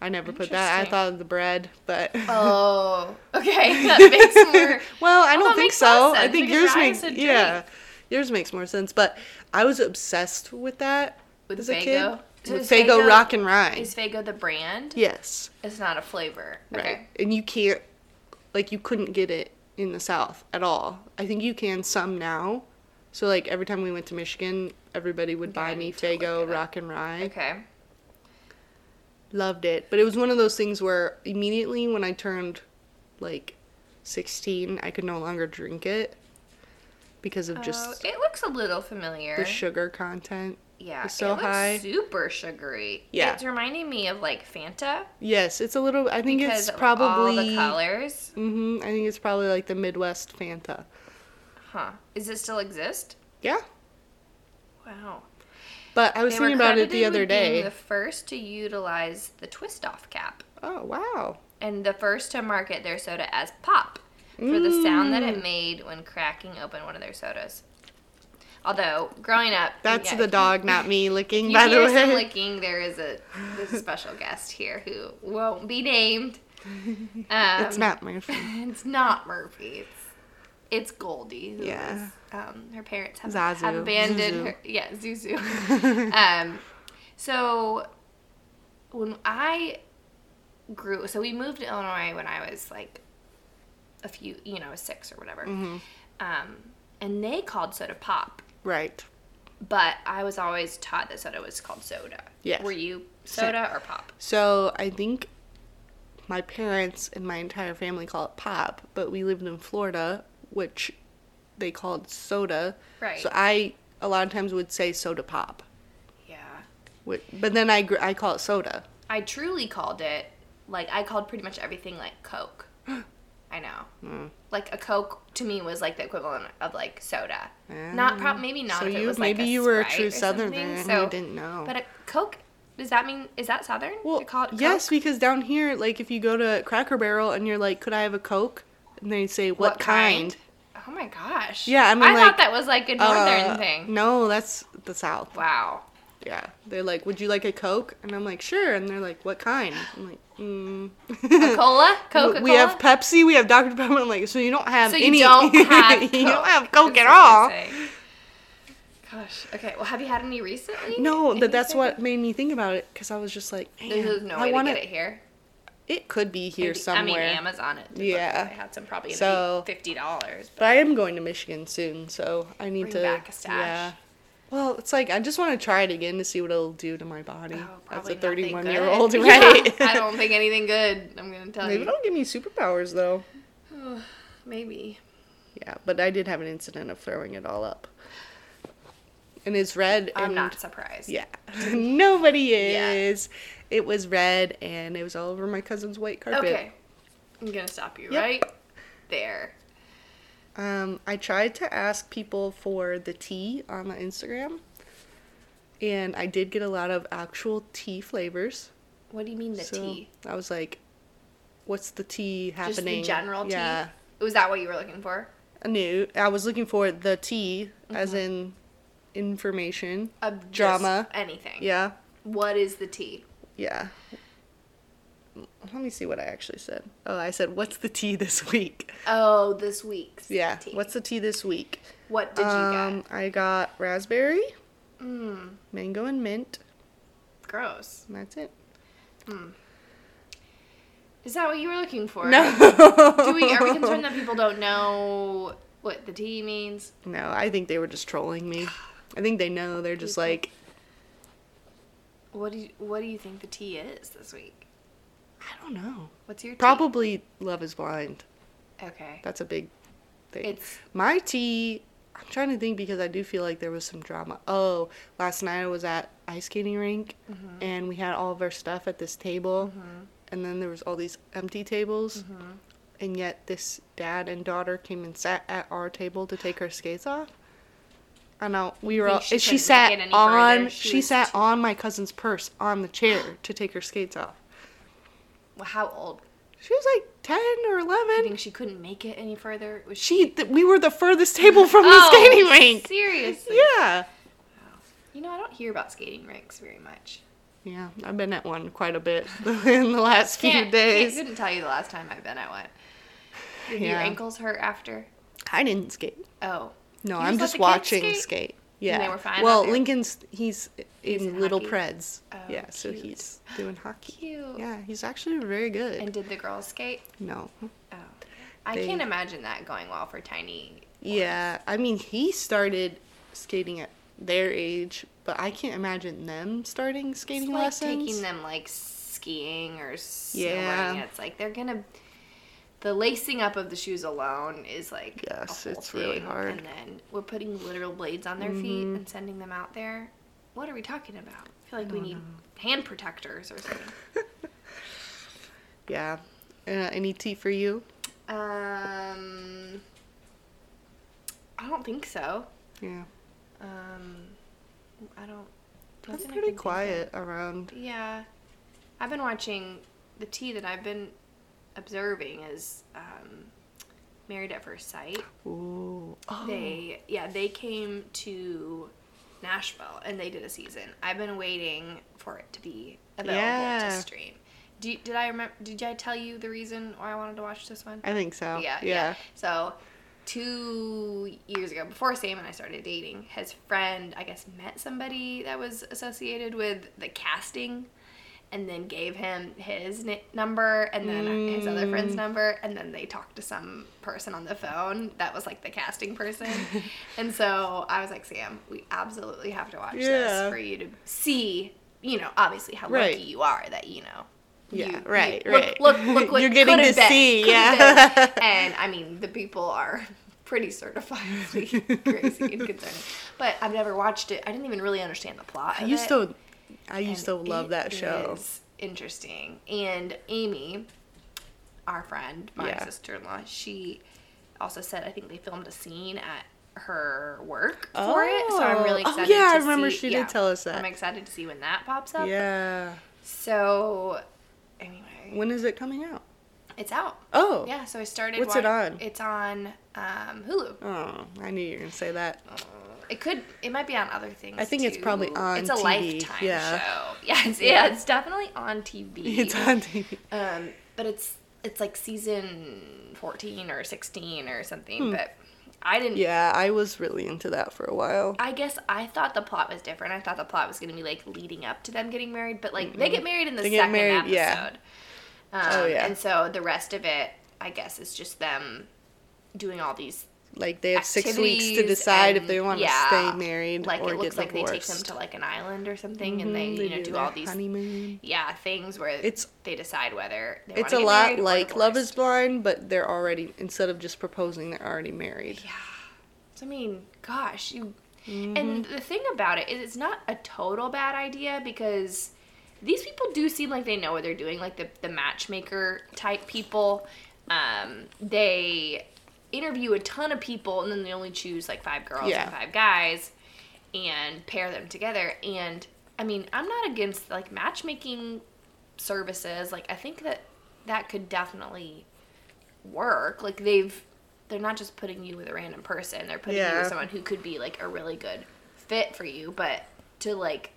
Speaker 2: I never put that. I
Speaker 1: Interesting.
Speaker 2: thought of the bread, but
Speaker 1: Oh, okay, that makes more.
Speaker 2: well, I don't
Speaker 1: that
Speaker 2: think
Speaker 1: makes more
Speaker 2: so. I
Speaker 1: sense,
Speaker 2: think
Speaker 1: because
Speaker 2: yours
Speaker 1: rye is
Speaker 2: makes
Speaker 1: a
Speaker 2: yeah, yours makes more sense. But I was obsessed with that
Speaker 1: With
Speaker 2: as a
Speaker 1: Faygo?
Speaker 2: kid.
Speaker 1: So
Speaker 2: with
Speaker 1: is
Speaker 2: Fago
Speaker 1: Faygo-
Speaker 2: Rock and Rye.
Speaker 1: Is Fago the brand?
Speaker 2: yes,
Speaker 1: It's not a flavor.
Speaker 2: right.
Speaker 1: Okay.
Speaker 2: And you can't, like, you couldn't get it in the South at all. I think you can some now. So like every time we went to Michigan, everybody would
Speaker 1: Okay, I
Speaker 2: buy me
Speaker 1: need to look it
Speaker 2: Fago
Speaker 1: up.
Speaker 2: Rock and Rye.
Speaker 1: Okay.
Speaker 2: Loved it. But it was one of those things where immediately when I turned like 16, I could no longer drink it because of
Speaker 1: Oh,
Speaker 2: just
Speaker 1: it looks a little familiar.
Speaker 2: the sugar content.
Speaker 1: yeah,
Speaker 2: is so
Speaker 1: it looks
Speaker 2: high.
Speaker 1: super sugary.
Speaker 2: Yeah.
Speaker 1: it's reminding me of like Fanta
Speaker 2: Yes, it's a little I think
Speaker 1: because
Speaker 2: it's
Speaker 1: of
Speaker 2: probably
Speaker 1: all the colors.
Speaker 2: Mhm, I think it's probably like the Midwest Fanta.
Speaker 1: Huh? Does it still exist?
Speaker 2: Yeah.
Speaker 1: Wow.
Speaker 2: But I was
Speaker 1: They were
Speaker 2: thinking about it
Speaker 1: credited
Speaker 2: the other
Speaker 1: with being
Speaker 2: day.
Speaker 1: The first to utilize the twist-off cap
Speaker 2: Oh, wow.
Speaker 1: and the first to market their soda as
Speaker 2: Mm.
Speaker 1: pop for the sound that it made when cracking open one of their sodas. Although growing up, you
Speaker 2: That's
Speaker 1: get-
Speaker 2: the dog, not me, licking,
Speaker 1: You
Speaker 2: by the
Speaker 1: hear some
Speaker 2: way.
Speaker 1: licking. There is a, there's a special guest here who won't be named. Um,
Speaker 2: it's not my friend.
Speaker 1: It's not Murphy. It's it's Goldie. who
Speaker 2: Yeah.
Speaker 1: is, um, her parents have,
Speaker 2: Zazu.
Speaker 1: have abandoned
Speaker 2: Zuzu.
Speaker 1: her. Yeah, Zuzu. um, so when I grew, so we moved to Illinois when I was like a few, you know, six or whatever.
Speaker 2: Mm-hmm.
Speaker 1: Um, and they called soda pop,
Speaker 2: Right.
Speaker 1: but I was always taught that soda was called soda.
Speaker 2: Yes.
Speaker 1: Were you
Speaker 2: Same.
Speaker 1: soda or pop?
Speaker 2: So I think my parents and my entire family call it pop, but we lived in Florida, which they called soda.
Speaker 1: Right.
Speaker 2: So I a lot of times would say soda pop,
Speaker 1: Yeah.
Speaker 2: whi- but then I gr- I call it soda.
Speaker 1: I truly called it like I called pretty much everything like Coke. I know.
Speaker 2: Hmm.
Speaker 1: Like a Coke to me was like the equivalent of like soda. Not prob maybe not.
Speaker 2: Ah. So
Speaker 1: if it
Speaker 2: you
Speaker 1: was, like,
Speaker 2: maybe
Speaker 1: a
Speaker 2: you were a
Speaker 1: Sprite
Speaker 2: true
Speaker 1: or
Speaker 2: Southerner
Speaker 1: something,
Speaker 2: and
Speaker 1: so,
Speaker 2: you didn't know.
Speaker 1: But a Coke does that mean is that Southern?
Speaker 2: well,
Speaker 1: to call it Coke?
Speaker 2: yes, because down here, like if you go to Cracker Barrel and you're like, "Could I have a Coke?" and they say, "What, kind?"
Speaker 1: Oh my gosh.
Speaker 2: Yeah, I mean, like,
Speaker 1: thought that was like a northern
Speaker 2: Uh,
Speaker 1: thing.
Speaker 2: No, that's the South.
Speaker 1: Wow.
Speaker 2: Yeah. They're like, would you like a Coke? And I'm like, sure. And they're like, what kind? I'm like, mm.
Speaker 1: Cola, Coca Cola.
Speaker 2: We have Pepsi, we have Dr. Pepper. I'm like, so you don't have
Speaker 1: so you
Speaker 2: any.
Speaker 1: don't have Coke.
Speaker 2: you don't have Coke
Speaker 1: is
Speaker 2: at
Speaker 1: what they're
Speaker 2: all.
Speaker 1: saying. Gosh. Okay. Well, have you had any recently?
Speaker 2: No, that that's
Speaker 1: Anything?
Speaker 2: what made me think about it because I was just like,
Speaker 1: There's
Speaker 2: man,
Speaker 1: no
Speaker 2: I
Speaker 1: way
Speaker 2: want
Speaker 1: to get it here.
Speaker 2: It could be here
Speaker 1: Maybe-
Speaker 2: somewhere.
Speaker 1: I mean, Amazon. It
Speaker 2: Yeah.
Speaker 1: I had some probably
Speaker 2: So-
Speaker 1: so, fifty dollars.
Speaker 2: But I am going to Michigan soon, so I need
Speaker 1: Bring
Speaker 2: to.
Speaker 1: back a stash.
Speaker 2: Yeah. Well, it's like I just want to try it again to see what it'll do to my
Speaker 1: Oh,
Speaker 2: body. That's a 31 year old, right?
Speaker 1: I don't think anything good. I'm gonna tell
Speaker 2: Maybe
Speaker 1: you.
Speaker 2: it'll give me superpowers though.
Speaker 1: Maybe.
Speaker 2: Yeah, but I did have an incident of throwing it all up. And it's red.
Speaker 1: I'm
Speaker 2: and,
Speaker 1: not surprised.
Speaker 2: Yeah, nobody
Speaker 1: Yeah.
Speaker 2: is. It was red, and it was all over my cousin's white carpet.
Speaker 1: Okay. I'm gonna stop you
Speaker 2: Yep.
Speaker 1: right there.
Speaker 2: Um, I tried to ask people for the tea on the Instagram, and I did get a lot of actual tea flavors.
Speaker 1: What do you mean the
Speaker 2: so
Speaker 1: tea?
Speaker 2: I was like, "What's the tea
Speaker 1: Just
Speaker 2: happening?"
Speaker 1: the general
Speaker 2: Yeah.
Speaker 1: tea. Was that what you were looking for?
Speaker 2: I knew. I was looking for the tea, as
Speaker 1: Mm-hmm.
Speaker 2: in information.
Speaker 1: Of just
Speaker 2: Drama.
Speaker 1: Anything.
Speaker 2: Yeah.
Speaker 1: What is the tea?
Speaker 2: Yeah. Let me see what I actually said. Oh, I said, "What's the tea this week?"
Speaker 1: Oh, this week's.
Speaker 2: Yeah.
Speaker 1: Tea.
Speaker 2: What's the tea this week?
Speaker 1: What did you
Speaker 2: um, I got raspberry,
Speaker 1: get? Mm,
Speaker 2: mango, and mint.
Speaker 1: gross.
Speaker 2: And that's it.
Speaker 1: Is that what you were looking for?
Speaker 2: No.
Speaker 1: Do we are we concerned that people don't know what the tea means?
Speaker 2: No, I think they were just trolling me. I think they know. They're just like,
Speaker 1: What do you, what do you think the tea is this week?
Speaker 2: I don't know.
Speaker 1: What's your tea?
Speaker 2: Probably Love Is Blind.
Speaker 1: Okay.
Speaker 2: That's a big thing.
Speaker 1: It's-
Speaker 2: my tea. I'm trying to think because I do feel like there was some drama. Oh, last night I was at ice skating rink
Speaker 1: Mm-hmm.
Speaker 2: and we had all of our stuff at this table, and then there was all these empty tables,
Speaker 1: Mm-hmm.
Speaker 2: and yet this dad and daughter came and sat at our table to take her skates off. I know we were
Speaker 1: think
Speaker 2: all.
Speaker 1: she
Speaker 2: She,
Speaker 1: couldn't
Speaker 2: sat
Speaker 1: get any
Speaker 2: on.
Speaker 1: further?
Speaker 2: She,
Speaker 1: She was
Speaker 2: sat
Speaker 1: too-
Speaker 2: on my cousin's purse on the chair to take her skates off.
Speaker 1: Well, how old?
Speaker 2: She was like ten or
Speaker 1: I
Speaker 2: eleven.
Speaker 1: think she couldn't make it any further. Was Oh,
Speaker 2: She, th- we were the furthest table from the skating rink.
Speaker 1: Seriously.
Speaker 2: Yeah.
Speaker 1: You know, I don't hear about skating rinks very much.
Speaker 2: Yeah, I've been at one quite a bit in the last few
Speaker 1: Can't,
Speaker 2: days.
Speaker 1: Can't, couldn't tell you the last time I've been at one. Did your
Speaker 2: Yeah.
Speaker 1: ankles hurt after?
Speaker 2: I didn't skate.
Speaker 1: Oh.
Speaker 2: No,
Speaker 1: You
Speaker 2: I'm
Speaker 1: just
Speaker 2: just
Speaker 1: let the kids
Speaker 2: watching skate.
Speaker 1: skate?
Speaker 2: Yeah.
Speaker 1: they were fine out
Speaker 2: well,
Speaker 1: there?
Speaker 2: Lincoln's he's in
Speaker 1: in
Speaker 2: Little
Speaker 1: hockey.
Speaker 2: Preds.
Speaker 1: Oh,
Speaker 2: yeah, so
Speaker 1: cute.
Speaker 2: he's doing hockey.
Speaker 1: Cute.
Speaker 2: Yeah, he's actually very good.
Speaker 1: And did the girls skate?
Speaker 2: no.
Speaker 1: Oh. I
Speaker 2: They-
Speaker 1: can't imagine that going well for tiny.
Speaker 2: Yeah, I mean he started skating at their age, but I can't imagine them starting skating
Speaker 1: it's like
Speaker 2: lessons.
Speaker 1: taking them like skiing or snowboarding.
Speaker 2: Yeah.
Speaker 1: It's like they're gonna. The lacing up of the shoes alone is like a
Speaker 2: Yes,
Speaker 1: whole
Speaker 2: it's really
Speaker 1: thing,
Speaker 2: hard. Mm-hmm.
Speaker 1: And then we're putting literal blades on their feet and sending them out there. What are we talking about? I feel like we need hand protectors or something.
Speaker 2: yeah. Uh, any tea for you?
Speaker 1: um, I don't think so.
Speaker 2: Yeah.
Speaker 1: Um, I don't.
Speaker 2: I'm
Speaker 1: nothing
Speaker 2: pretty
Speaker 1: I can think of.
Speaker 2: quiet around.
Speaker 1: Yeah. I've been watching the tea that I've been observing is um, Married at First Sight.
Speaker 2: Ooh. Oh.
Speaker 1: They yeah, they came to Nashville and they did a season. I've been waiting for it to be available
Speaker 2: Yeah.
Speaker 1: to stream. Do, you- did I remember? Did I tell you the reason why I wanted to watch this one?
Speaker 2: I think so.
Speaker 1: yeah, yeah. So, two years ago, before Sam and I started dating, his friend, I guess, met somebody that was associated with the casting and then gave him his ni- number and then his
Speaker 2: Mm.
Speaker 1: other friend's number. And then they talked to some person on the phone that was like the casting person. and so I was like, Sam, we absolutely have to watch
Speaker 2: Yeah.
Speaker 1: this for you to see. You know, obviously how
Speaker 2: Right.
Speaker 1: lucky you are that you know
Speaker 2: Yeah,
Speaker 1: you-
Speaker 2: right,
Speaker 1: you-
Speaker 2: right.
Speaker 1: Look, look, look what
Speaker 2: You're getting
Speaker 1: could've
Speaker 2: to
Speaker 1: been,
Speaker 2: see,
Speaker 1: could've
Speaker 2: yeah.
Speaker 1: been. and I mean, the people are pretty certifiably crazy and concerning. But I've never watched it. I didn't even really understand the plot.
Speaker 2: I
Speaker 1: of
Speaker 2: used
Speaker 1: it,
Speaker 2: to. I used to
Speaker 1: and
Speaker 2: love
Speaker 1: it
Speaker 2: that show.
Speaker 1: is interesting. And Amy, our friend, my
Speaker 2: Yeah.
Speaker 1: sister-in-law, she also said I think they filmed a scene at her work for it. So I'm really
Speaker 2: Oh. Oh,
Speaker 1: excited.
Speaker 2: yeah, I
Speaker 1: to
Speaker 2: remember
Speaker 1: see-
Speaker 2: she did tell us that.
Speaker 1: I'm excited to see when that pops up.
Speaker 2: Yeah.
Speaker 1: So anyway.
Speaker 2: When is it coming out?
Speaker 1: It's out.
Speaker 2: Oh.
Speaker 1: Yeah, so I started.
Speaker 2: What's it
Speaker 1: wa-
Speaker 2: on?
Speaker 1: It's on um, Hulu.
Speaker 2: Oh, I knew you were gonna say that.
Speaker 1: Oh, It could. It might be on other things.
Speaker 2: I think it's probably
Speaker 1: too.
Speaker 2: on
Speaker 1: It's a
Speaker 2: TV,
Speaker 1: lifetime
Speaker 2: yeah.
Speaker 1: show. Yeah, it's, yeah. It's definitely on TV.
Speaker 2: It's on TV.
Speaker 1: Um, but it's it's like season fourteen or sixteen or something. But I didn't.
Speaker 2: Hmm. Yeah, I was really into that for a while.
Speaker 1: I guess I thought the plot was different. I thought the plot was going to be like leading up to them getting married, but like they get married in the
Speaker 2: Mm-hmm. They get
Speaker 1: second
Speaker 2: married,
Speaker 1: episode.
Speaker 2: yeah.
Speaker 1: Um,
Speaker 2: Oh, yeah.
Speaker 1: And so the rest of it, I guess, is just them doing all these
Speaker 2: Like they have six weeks to
Speaker 1: activities
Speaker 2: decide if
Speaker 1: and-
Speaker 2: they want to
Speaker 1: yeah.
Speaker 2: stay married
Speaker 1: like
Speaker 2: or
Speaker 1: it looks
Speaker 2: get
Speaker 1: like
Speaker 2: divorced.
Speaker 1: they take them to like an island or something and they,
Speaker 2: Mhm,
Speaker 1: you know do
Speaker 2: their
Speaker 1: all these
Speaker 2: honeymoon.
Speaker 1: yeah things where
Speaker 2: It's-
Speaker 1: they decide whether they
Speaker 2: It's a
Speaker 1: wanna get
Speaker 2: lot
Speaker 1: married or
Speaker 2: like Love Is
Speaker 1: divorced.
Speaker 2: Blind, but they're already instead of just proposing, they're already married.
Speaker 1: yeah so i mean gosh you and the thing about it is it's not a total bad idea because these people do seem like they know what they're doing like the, the matchmaker type people um, they interview a ton of people and then they only choose like five girls
Speaker 2: Yeah.
Speaker 1: and five guys and pair them together and i mean i'm not against like matchmaking services like i think that that could definitely work like they've they're not just putting you with a random person they're putting you
Speaker 2: Yeah.
Speaker 1: with someone who could be like a really good fit for you but to like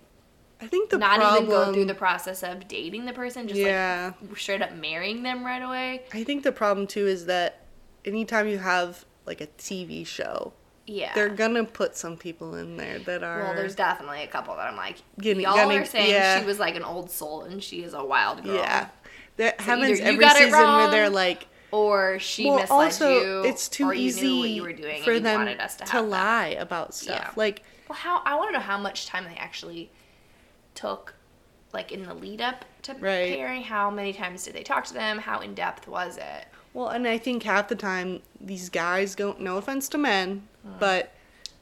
Speaker 2: I think the
Speaker 1: not
Speaker 2: problem.
Speaker 1: even go through the process of dating the person just
Speaker 2: yeah,
Speaker 1: like straight up marrying them right away
Speaker 2: I think the problem too is that anytime you have like a TV show,
Speaker 1: yeah
Speaker 2: they're gonna put some people in there that are.
Speaker 1: well, there's definitely a couple that I'm like,
Speaker 2: Getting-
Speaker 1: y'all
Speaker 2: getting-
Speaker 1: are saying
Speaker 2: yeah.
Speaker 1: she was like an old soul and she is a wild girl.
Speaker 2: yeah, that
Speaker 1: So either
Speaker 2: happens
Speaker 1: you
Speaker 2: every
Speaker 1: got it
Speaker 2: season where they're
Speaker 1: wrong,
Speaker 2: like,
Speaker 1: Or she
Speaker 2: well,
Speaker 1: misled
Speaker 2: also
Speaker 1: you.
Speaker 2: it's too
Speaker 1: or you
Speaker 2: easy
Speaker 1: knew what you were doing
Speaker 2: for
Speaker 1: and you
Speaker 2: them
Speaker 1: wanted us to,
Speaker 2: to
Speaker 1: have that.
Speaker 2: lie about stuff.
Speaker 1: Yeah.
Speaker 2: Like,
Speaker 1: Well, how I want to know how much time they actually took, like in the lead up to
Speaker 2: Right.
Speaker 1: pairing. How many times did they talk to them? How in depth was it?
Speaker 2: well, and I think half the time these guys go. No offense to men,
Speaker 1: Mm.
Speaker 2: but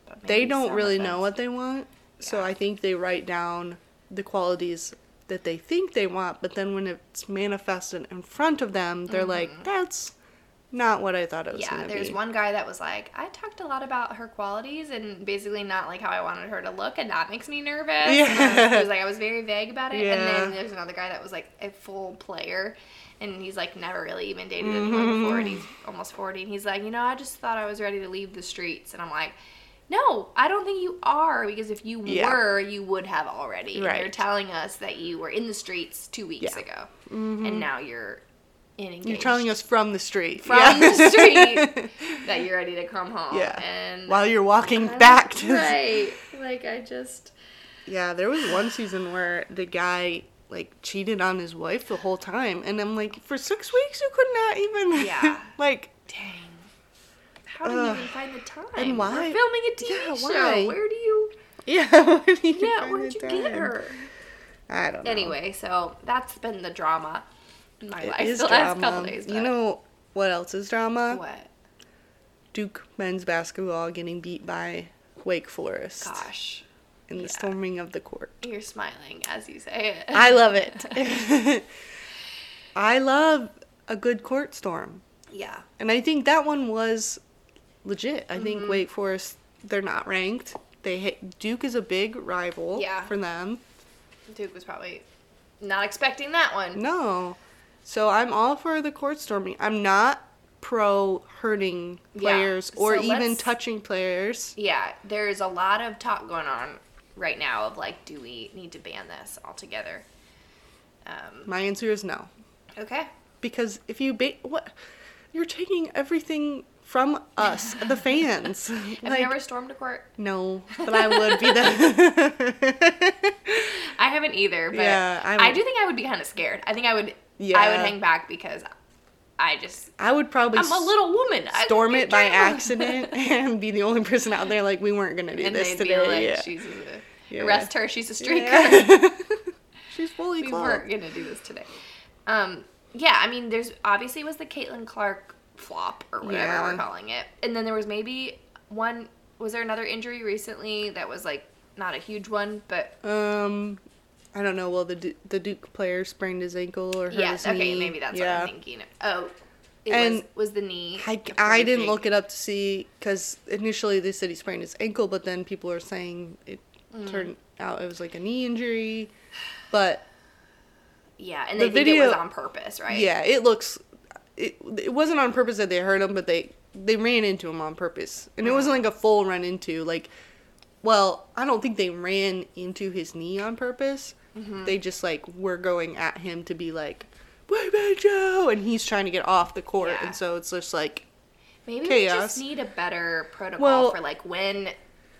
Speaker 1: But
Speaker 2: they
Speaker 1: maybe
Speaker 2: don't
Speaker 1: some
Speaker 2: really
Speaker 1: of
Speaker 2: know
Speaker 1: them-
Speaker 2: what they want. So
Speaker 1: Yeah.
Speaker 2: I think they write down the qualities that they think they want, but then when it's manifested in front of them, they're like, "That's not what I thought it was
Speaker 1: Mm-hmm. Yeah,
Speaker 2: going to be."
Speaker 1: there's one guy that was like, I talked a lot about her qualities and basically not like how I wanted her to look, and that makes me nervous. And I was- he was like, I was very vague about it. And then
Speaker 2: Yeah.
Speaker 1: there's another guy that was like a full player, and he's like never really even dated
Speaker 2: Mm-hmm.
Speaker 1: anyone before, and he's almost 40. And he's like, You know, I just thought I was ready to leave the streets. And I'm like, no, I don't think you are because if you
Speaker 2: Yeah.
Speaker 1: were, you would have already. And You're
Speaker 2: Right.
Speaker 1: telling us that you were in the streets two weeks
Speaker 2: Yeah. Mm-hmm.
Speaker 1: ago, and now you're in engaged
Speaker 2: You're telling us from the street.
Speaker 1: from
Speaker 2: Yeah.
Speaker 1: the street that you're ready to come home.
Speaker 2: yeah.
Speaker 1: And
Speaker 2: While you're walking
Speaker 1: I'm
Speaker 2: back to the
Speaker 1: right. Like I just
Speaker 2: Yeah, there was one season where the guy like cheated on his wife the whole time, and I'm like, for six weeks you could not even.
Speaker 1: Yeah.
Speaker 2: like,
Speaker 1: dang. How do you
Speaker 2: Ugh.
Speaker 1: even find the time?
Speaker 2: And why-
Speaker 1: We're filming a TV
Speaker 2: Yeah, why?
Speaker 1: show. Where do you?
Speaker 2: yeah. Where do you
Speaker 1: Yeah,
Speaker 2: find
Speaker 1: where'd
Speaker 2: the
Speaker 1: you get
Speaker 2: time?
Speaker 1: her?
Speaker 2: I don't know.
Speaker 1: Anyway, so that's been the drama in my
Speaker 2: it
Speaker 1: life
Speaker 2: is
Speaker 1: the last couple
Speaker 2: drama.
Speaker 1: days.
Speaker 2: you
Speaker 1: but-
Speaker 2: know what else is drama?
Speaker 1: what?
Speaker 2: Duke men's basketball getting beat by Wake Forest
Speaker 1: Gosh,
Speaker 2: in the
Speaker 1: yeah.
Speaker 2: storming of the court.
Speaker 1: you're smiling as you say it.
Speaker 2: I love it. I love a good court storm.
Speaker 1: yeah.
Speaker 2: And I think that one was legit. I
Speaker 1: Mm-hmm.
Speaker 2: think Wake Forest they're not ranked. They hit Duke is a big rival
Speaker 1: Yeah.
Speaker 2: for them.
Speaker 1: Duke was probably not expecting that one.
Speaker 2: No. So I'm all for the court storming. I'm not pro hurting
Speaker 1: Yeah,
Speaker 2: players or
Speaker 1: so
Speaker 2: even
Speaker 1: let's-
Speaker 2: touching players.
Speaker 1: Yeah, there's a lot of talk going on right now of like, do we need to ban this altogether? Um,
Speaker 2: My answer is no.
Speaker 1: okay.
Speaker 2: Because if you ba- what you're taking everything from us, the fans.
Speaker 1: Have you ever stormed a court?
Speaker 2: no, but I would be the
Speaker 1: I haven't either, but
Speaker 2: Yeah, I'm-
Speaker 1: I do think I would be kind of scared. I think I would. I would
Speaker 2: Yeah.
Speaker 1: hang back because I just
Speaker 2: I would probably
Speaker 1: I'm a little woman. I-
Speaker 2: storm it by
Speaker 1: Yeah.
Speaker 2: accident and be the only person out there like we weren't going to do
Speaker 1: And
Speaker 2: this
Speaker 1: they'd be
Speaker 2: today.
Speaker 1: like,
Speaker 2: yeah.
Speaker 1: "She's a,
Speaker 2: Yeah.
Speaker 1: arrest her. She's a streaker.
Speaker 2: Yeah. She's fully
Speaker 1: we
Speaker 2: clothed.
Speaker 1: weren't gonna do this today." Um, yeah, I mean, there's obviously was the Caitlin Clark flop or whatever we're
Speaker 2: Yeah.
Speaker 1: calling it, and then there was maybe one. Was there another injury recently that was like not a huge one, but
Speaker 2: Um, I don't know. Well, the Du- the Duke player sprained his ankle or hurt
Speaker 1: yeah,
Speaker 2: his knee.
Speaker 1: okay, maybe that's what I'm thinking. Oh, it was,
Speaker 2: And
Speaker 1: was the knee.
Speaker 2: I,
Speaker 1: a
Speaker 2: I
Speaker 1: pretty
Speaker 2: didn't
Speaker 1: big-
Speaker 2: look it up to see because initially they said he sprained his ankle, but then people are saying it
Speaker 1: Mm.
Speaker 2: turned out it was like a knee injury. But
Speaker 1: Yeah, and
Speaker 2: the
Speaker 1: they think it was
Speaker 2: video-
Speaker 1: on purpose, right?
Speaker 2: yeah, it looks. It, it wasn't on purpose that they hurt him, but they they ran into him on purpose, and it wasn't like a full run into. Like, well, I don't think they ran into his knee on purpose.
Speaker 1: Mm-hmm.
Speaker 2: They just like were going at him to be like, "We made you," and he's trying to get off the court,
Speaker 1: Yeah.
Speaker 2: and so it's just like,
Speaker 1: Maybe we
Speaker 2: Chaos.
Speaker 1: just need a better protocol
Speaker 2: Well-
Speaker 1: for like when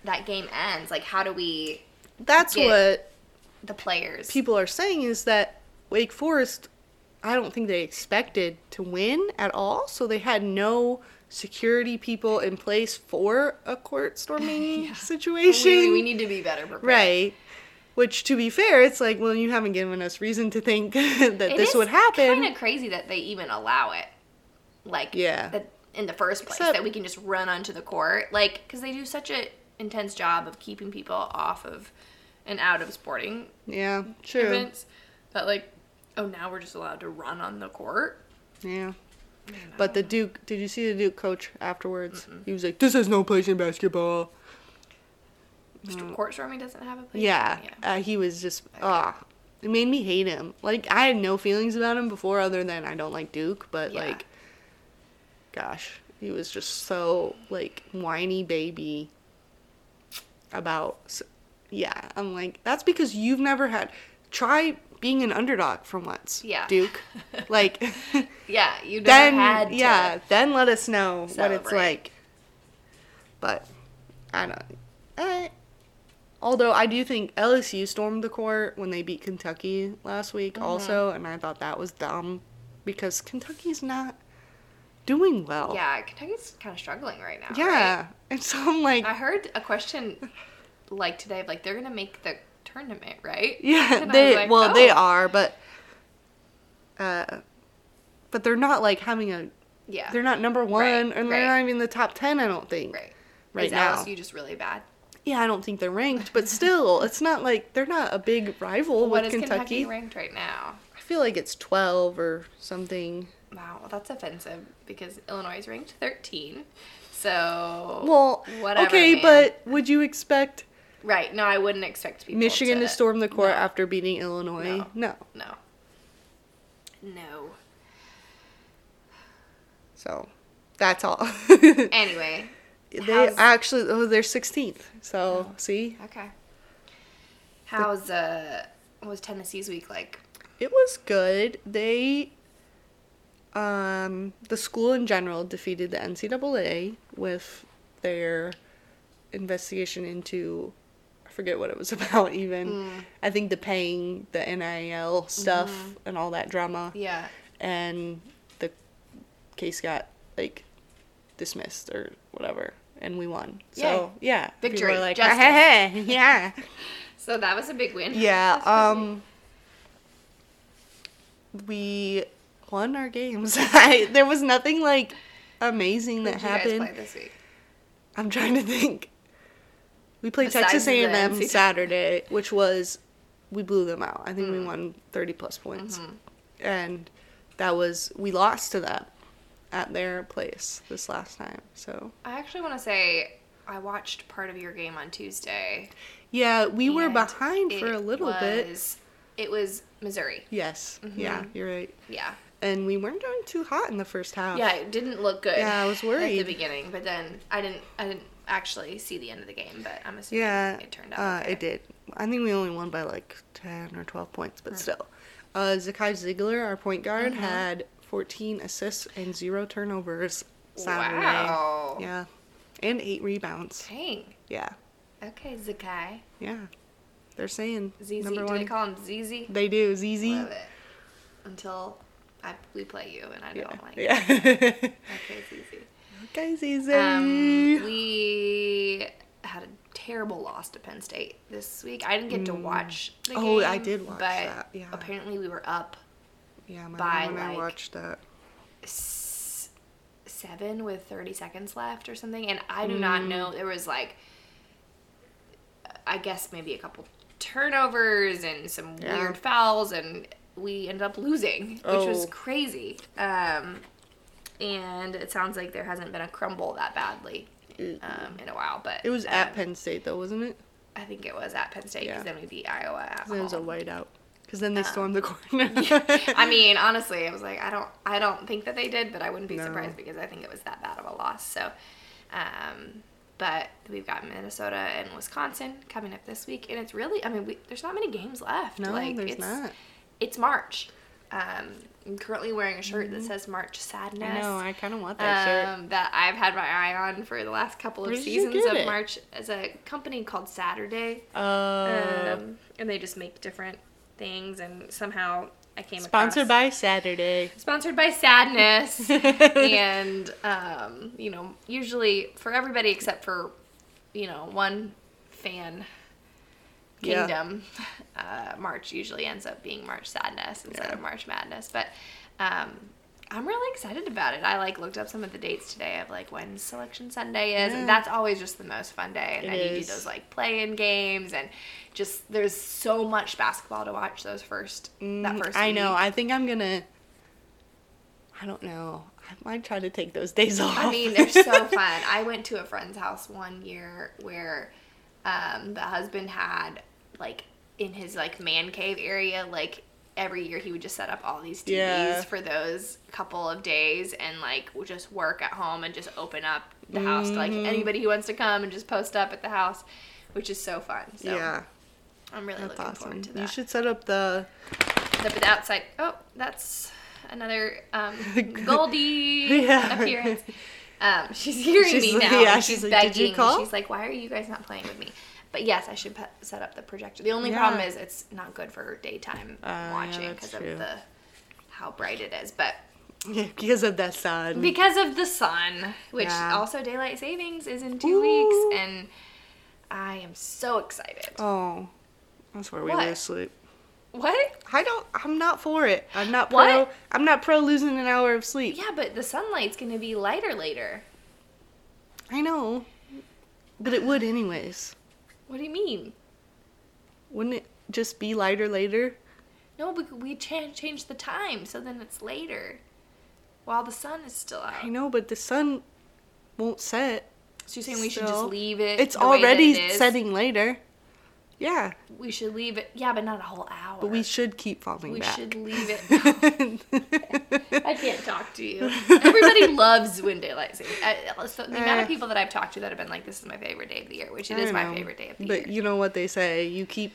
Speaker 1: that game ends. Like, how do we
Speaker 2: that's
Speaker 1: Get-
Speaker 2: what
Speaker 1: the players?
Speaker 2: people are saying is that Wake Forest, I don't think they expected to win at all. So they had no security people in place for a court storming situation.
Speaker 1: we, we need to be better prepared.
Speaker 2: right. Which, to be fair, it's like, well, you haven't given us reason to think that this would happen.
Speaker 1: Kind of crazy that they even allow it. Like,
Speaker 2: Yeah.
Speaker 1: that in the first place
Speaker 2: Except-
Speaker 1: that we can just run onto the court, like because they do such a intense job of keeping people off of and out of sporting
Speaker 2: yeah, true.
Speaker 1: events. That like, oh, now we're just allowed to run on the court.
Speaker 2: Yeah. But the Duke, did you see the Duke coach afterwards? He was like, this has no place in basketball.
Speaker 1: Mr. Court Stormy doesn't have a place.
Speaker 2: Mm. Yeah. Uh, he was just ah. It made me hate him. Like I had no feelings about him before other than I don't like Duke, but
Speaker 1: Yeah.
Speaker 2: like gosh, he was just so like whiny baby about s- yeah, I'm like that's because you've never had try being an underdog for once.
Speaker 1: Yeah.
Speaker 2: Duke. Like
Speaker 1: Yeah, you never
Speaker 2: then
Speaker 1: had to.
Speaker 2: yeah, then let us know what it's
Speaker 1: celebrate.
Speaker 2: like. But I don't. eh. Although I do think LSU stormed the court when they beat Kentucky last week,
Speaker 1: Mm-hmm.
Speaker 2: also, and I thought that was dumb because Kentucky's not doing well.
Speaker 1: Yeah, Kentucky's kind of struggling right now.
Speaker 2: Yeah,
Speaker 1: right?
Speaker 2: and so I'm like,
Speaker 1: I heard a question like today of like they're gonna make the tournament, right?
Speaker 2: yeah,
Speaker 1: And I
Speaker 2: they
Speaker 1: was like,
Speaker 2: well they
Speaker 1: oh.
Speaker 2: are, but uh, but they're not like having a.
Speaker 1: Yeah,
Speaker 2: They're not number one, and
Speaker 1: right.
Speaker 2: they're not even in the top ten. I don't think.
Speaker 1: right.
Speaker 2: right
Speaker 1: Is
Speaker 2: now.
Speaker 1: LSU just really bad?
Speaker 2: Yeah, I don't think they're ranked, but still, it's not like they're not a big rival with
Speaker 1: what is
Speaker 2: Kentucky.
Speaker 1: Kentucky ranked right now?
Speaker 2: I feel like it's 12 or something.
Speaker 1: Wow, well, that's offensive because Illinois is ranked 13. So
Speaker 2: Well,
Speaker 1: whatever,
Speaker 2: okay,
Speaker 1: man.
Speaker 2: but would you expect
Speaker 1: right, no, I wouldn't expect people
Speaker 2: Michigan to, storm the court
Speaker 1: no.
Speaker 2: after beating Illinois?
Speaker 1: No.
Speaker 2: No.
Speaker 1: No, no.
Speaker 2: So that's all.
Speaker 1: Anyway,
Speaker 2: they
Speaker 1: how's- Oh.
Speaker 2: actually, oh, they're 16th. So see,
Speaker 1: Okay. How's uh what was Tennessee's week like?
Speaker 2: it was good. They, um, the school in general defeated the NCAA with their investigation into, I forget what it was about even.
Speaker 1: Mm.
Speaker 2: I think the paying the NIL stuff and all that drama.
Speaker 1: Mm-hmm. Yeah.
Speaker 2: And the case got like dismissed or whatever. And we won. So yeah. people
Speaker 1: Victory.
Speaker 2: were like,
Speaker 1: Justice.
Speaker 2: "Ah, hey, hey, yeah.
Speaker 1: So that was a big win.
Speaker 2: Yeah. Um. We won our games. I, there was nothing like amazing
Speaker 1: Who
Speaker 2: that
Speaker 1: did you guys
Speaker 2: happened.
Speaker 1: play this week?
Speaker 2: I'm trying to think. We played
Speaker 1: Besides
Speaker 2: Texas
Speaker 1: the
Speaker 2: A&M
Speaker 1: NCAA.
Speaker 2: Saturday, which was we blew them out. I
Speaker 1: Mm.
Speaker 2: think we won 30 plus points,
Speaker 1: Mm-hmm.
Speaker 2: and that was we lost to them at their place this last time. So
Speaker 1: I actually want to say I watched part of your game on Tuesday.
Speaker 2: yeah, we were
Speaker 1: and
Speaker 2: behind for
Speaker 1: it
Speaker 2: a little bit.
Speaker 1: was- It was Missouri. Mm-hmm.
Speaker 2: Yes. Yeah, you're right.
Speaker 1: Yeah.
Speaker 2: and we weren't doing too hot in the first half.
Speaker 1: Yeah, it didn't look good.
Speaker 2: Yeah, I was
Speaker 1: at
Speaker 2: worried.
Speaker 1: the beginning, but then I didn't. I didn't actually see the end of the game, but I'm assuming
Speaker 2: Yeah,
Speaker 1: it turned out.
Speaker 2: Uh,
Speaker 1: okay.
Speaker 2: It did. I think we only won by like ten or twelve points,
Speaker 1: Hmm.
Speaker 2: but still. Uh, Zakai Ziegler, our point guard,
Speaker 1: Mm-hmm.
Speaker 2: had fourteen assists and zero turnovers Saturday.
Speaker 1: Wow.
Speaker 2: Yeah, and eight rebounds.
Speaker 1: Dang.
Speaker 2: Yeah,
Speaker 1: Okay, Zakai.
Speaker 2: yeah. They're saying
Speaker 1: ZZ.
Speaker 2: number
Speaker 1: Do
Speaker 2: one.
Speaker 1: they call him ZZ?
Speaker 2: They do ZZ.
Speaker 1: Love it. Until I, we play you, and I
Speaker 2: Yeah.
Speaker 1: don't like it.
Speaker 2: yeah.
Speaker 1: Okay, ZZ.
Speaker 2: okay, ZZ.
Speaker 1: Um, we had a terrible loss to Penn State this week. I didn't get to watch the
Speaker 2: Oh,
Speaker 1: game.
Speaker 2: I did watch
Speaker 1: but
Speaker 2: that, yeah.
Speaker 1: apparently we were up
Speaker 2: yeah, my
Speaker 1: by,
Speaker 2: mom and I
Speaker 1: like-
Speaker 2: watched that.
Speaker 1: s- seven with 30 seconds left or something. And I do not
Speaker 2: Mm.
Speaker 1: know. There was like, I guess maybe a couple turnovers and some
Speaker 2: Yeah.
Speaker 1: weird fouls, and we ended up losing, which was
Speaker 2: Oh.
Speaker 1: crazy. Um, and it sounds like there hasn't been a crumble that badly um, in a while. But
Speaker 2: It was at
Speaker 1: um,
Speaker 2: Penn State though, wasn't it?
Speaker 1: I think it was at Penn State because
Speaker 2: Yeah.
Speaker 1: then we beat Iowa. At
Speaker 2: 'Cause It was a
Speaker 1: home.
Speaker 2: whiteout. Because
Speaker 1: Oh.
Speaker 2: then they stormed the corner.
Speaker 1: I mean, honestly, I was like, I don't, I don't think that they did, but I wouldn't be
Speaker 2: No.
Speaker 1: surprised because I think it was that bad of a loss. So, um, but we've got Minnesota and Wisconsin coming up this week, and it's really, I mean, we, there's not many games left.
Speaker 2: No, there's
Speaker 1: it's,
Speaker 2: not.
Speaker 1: It's March. Um, I'm currently wearing a shirt that says March Sadness.
Speaker 2: Mm-hmm. I know. I kind of want that shirt.
Speaker 1: um, that I've had my eye on for the last couple of
Speaker 2: Where did you
Speaker 1: seasons
Speaker 2: get
Speaker 1: of
Speaker 2: it?
Speaker 1: March as a company called Saturday
Speaker 2: Uh,
Speaker 1: um, and they just make different things and somehow i came
Speaker 2: sponsored
Speaker 1: across,
Speaker 2: by Saturday.
Speaker 1: sponsored by sadness and um, you know usually for everybody except for you know one fan
Speaker 2: Yeah.
Speaker 1: kingdom uh, march usually ends up being march sadness instead
Speaker 2: Yeah.
Speaker 1: of march madness but um, i'm really excited about it i like looked up some of the dates today of like when selection sunday is
Speaker 2: Yeah.
Speaker 1: and that's always just the most fun day and
Speaker 2: It
Speaker 1: then you do
Speaker 2: is.
Speaker 1: those like play-in games and just there's so much basketball to watch those first that
Speaker 2: Mm,
Speaker 1: first
Speaker 2: I know.
Speaker 1: week.
Speaker 2: I think I'm gonna. I don't know. I might try to take those days off.
Speaker 1: I mean, they're so fun. I went to a friend's house one year where um, the husband had like in his like man cave area, like every year he would just set up all these TVs
Speaker 2: Yeah.
Speaker 1: for those couple of days and like would just work at home and just open up the house to like
Speaker 2: Mm-hmm.
Speaker 1: anybody who wants to come and just post up at the house, which is so fun. So
Speaker 2: yeah,
Speaker 1: I'm really
Speaker 2: that's
Speaker 1: looking
Speaker 2: awesome.
Speaker 1: forward to that.
Speaker 2: You should set up the
Speaker 1: The, but the outside, oh, that's another um, Goldie
Speaker 2: Yeah.
Speaker 1: appearance. Um, she's hearing
Speaker 2: She's
Speaker 1: me
Speaker 2: like-
Speaker 1: now.
Speaker 2: yeah,
Speaker 1: and she's
Speaker 2: she's like,
Speaker 1: begging.
Speaker 2: "Did you call?"
Speaker 1: She's like, "Why are you guys not playing with me?" But yes, I should put, set up the projector. The only
Speaker 2: Yeah.
Speaker 1: problem is it's not good for daytime
Speaker 2: Uh, yeah,
Speaker 1: watching
Speaker 2: that's
Speaker 1: because of
Speaker 2: true.
Speaker 1: the how bright it is. But
Speaker 2: because of that sun.
Speaker 1: because of the sun, which
Speaker 2: Yeah.
Speaker 1: also daylight savings is in two
Speaker 2: Ooh.
Speaker 1: weeks, and I am so excited.
Speaker 2: oh, that's where we
Speaker 1: What?
Speaker 2: lose sleep.
Speaker 1: What?
Speaker 2: I don't. I'm not for it. I'm not pro.
Speaker 1: What?
Speaker 2: I'm not pro losing an hour of sleep.
Speaker 1: Yeah, but the sunlight's gonna be lighter later.
Speaker 2: I know, but it would anyways.
Speaker 1: What do you mean?
Speaker 2: Wouldn't it just be lighter later?
Speaker 1: No, but we cha- change the time, so then it's later, while the sun is still out.
Speaker 2: I know, but the sun won't set.
Speaker 1: So you're saying we should
Speaker 2: still.
Speaker 1: just leave it?
Speaker 2: It's
Speaker 1: the way that
Speaker 2: already
Speaker 1: it is?
Speaker 2: setting later. Yeah,
Speaker 1: We should leave it. Yeah, but not a whole hour.
Speaker 2: but we should keep falling
Speaker 1: We
Speaker 2: back.
Speaker 1: should leave it. I
Speaker 2: I
Speaker 1: can't talk to you. Everybody loves when daylight savings. I- So the amount
Speaker 2: Eh.
Speaker 1: of people that I've talked to that have been like, "This is my favorite day of the year," which it is
Speaker 2: don't
Speaker 1: my
Speaker 2: know.
Speaker 1: favorite day of the
Speaker 2: But
Speaker 1: year.
Speaker 2: you know what they say: you keep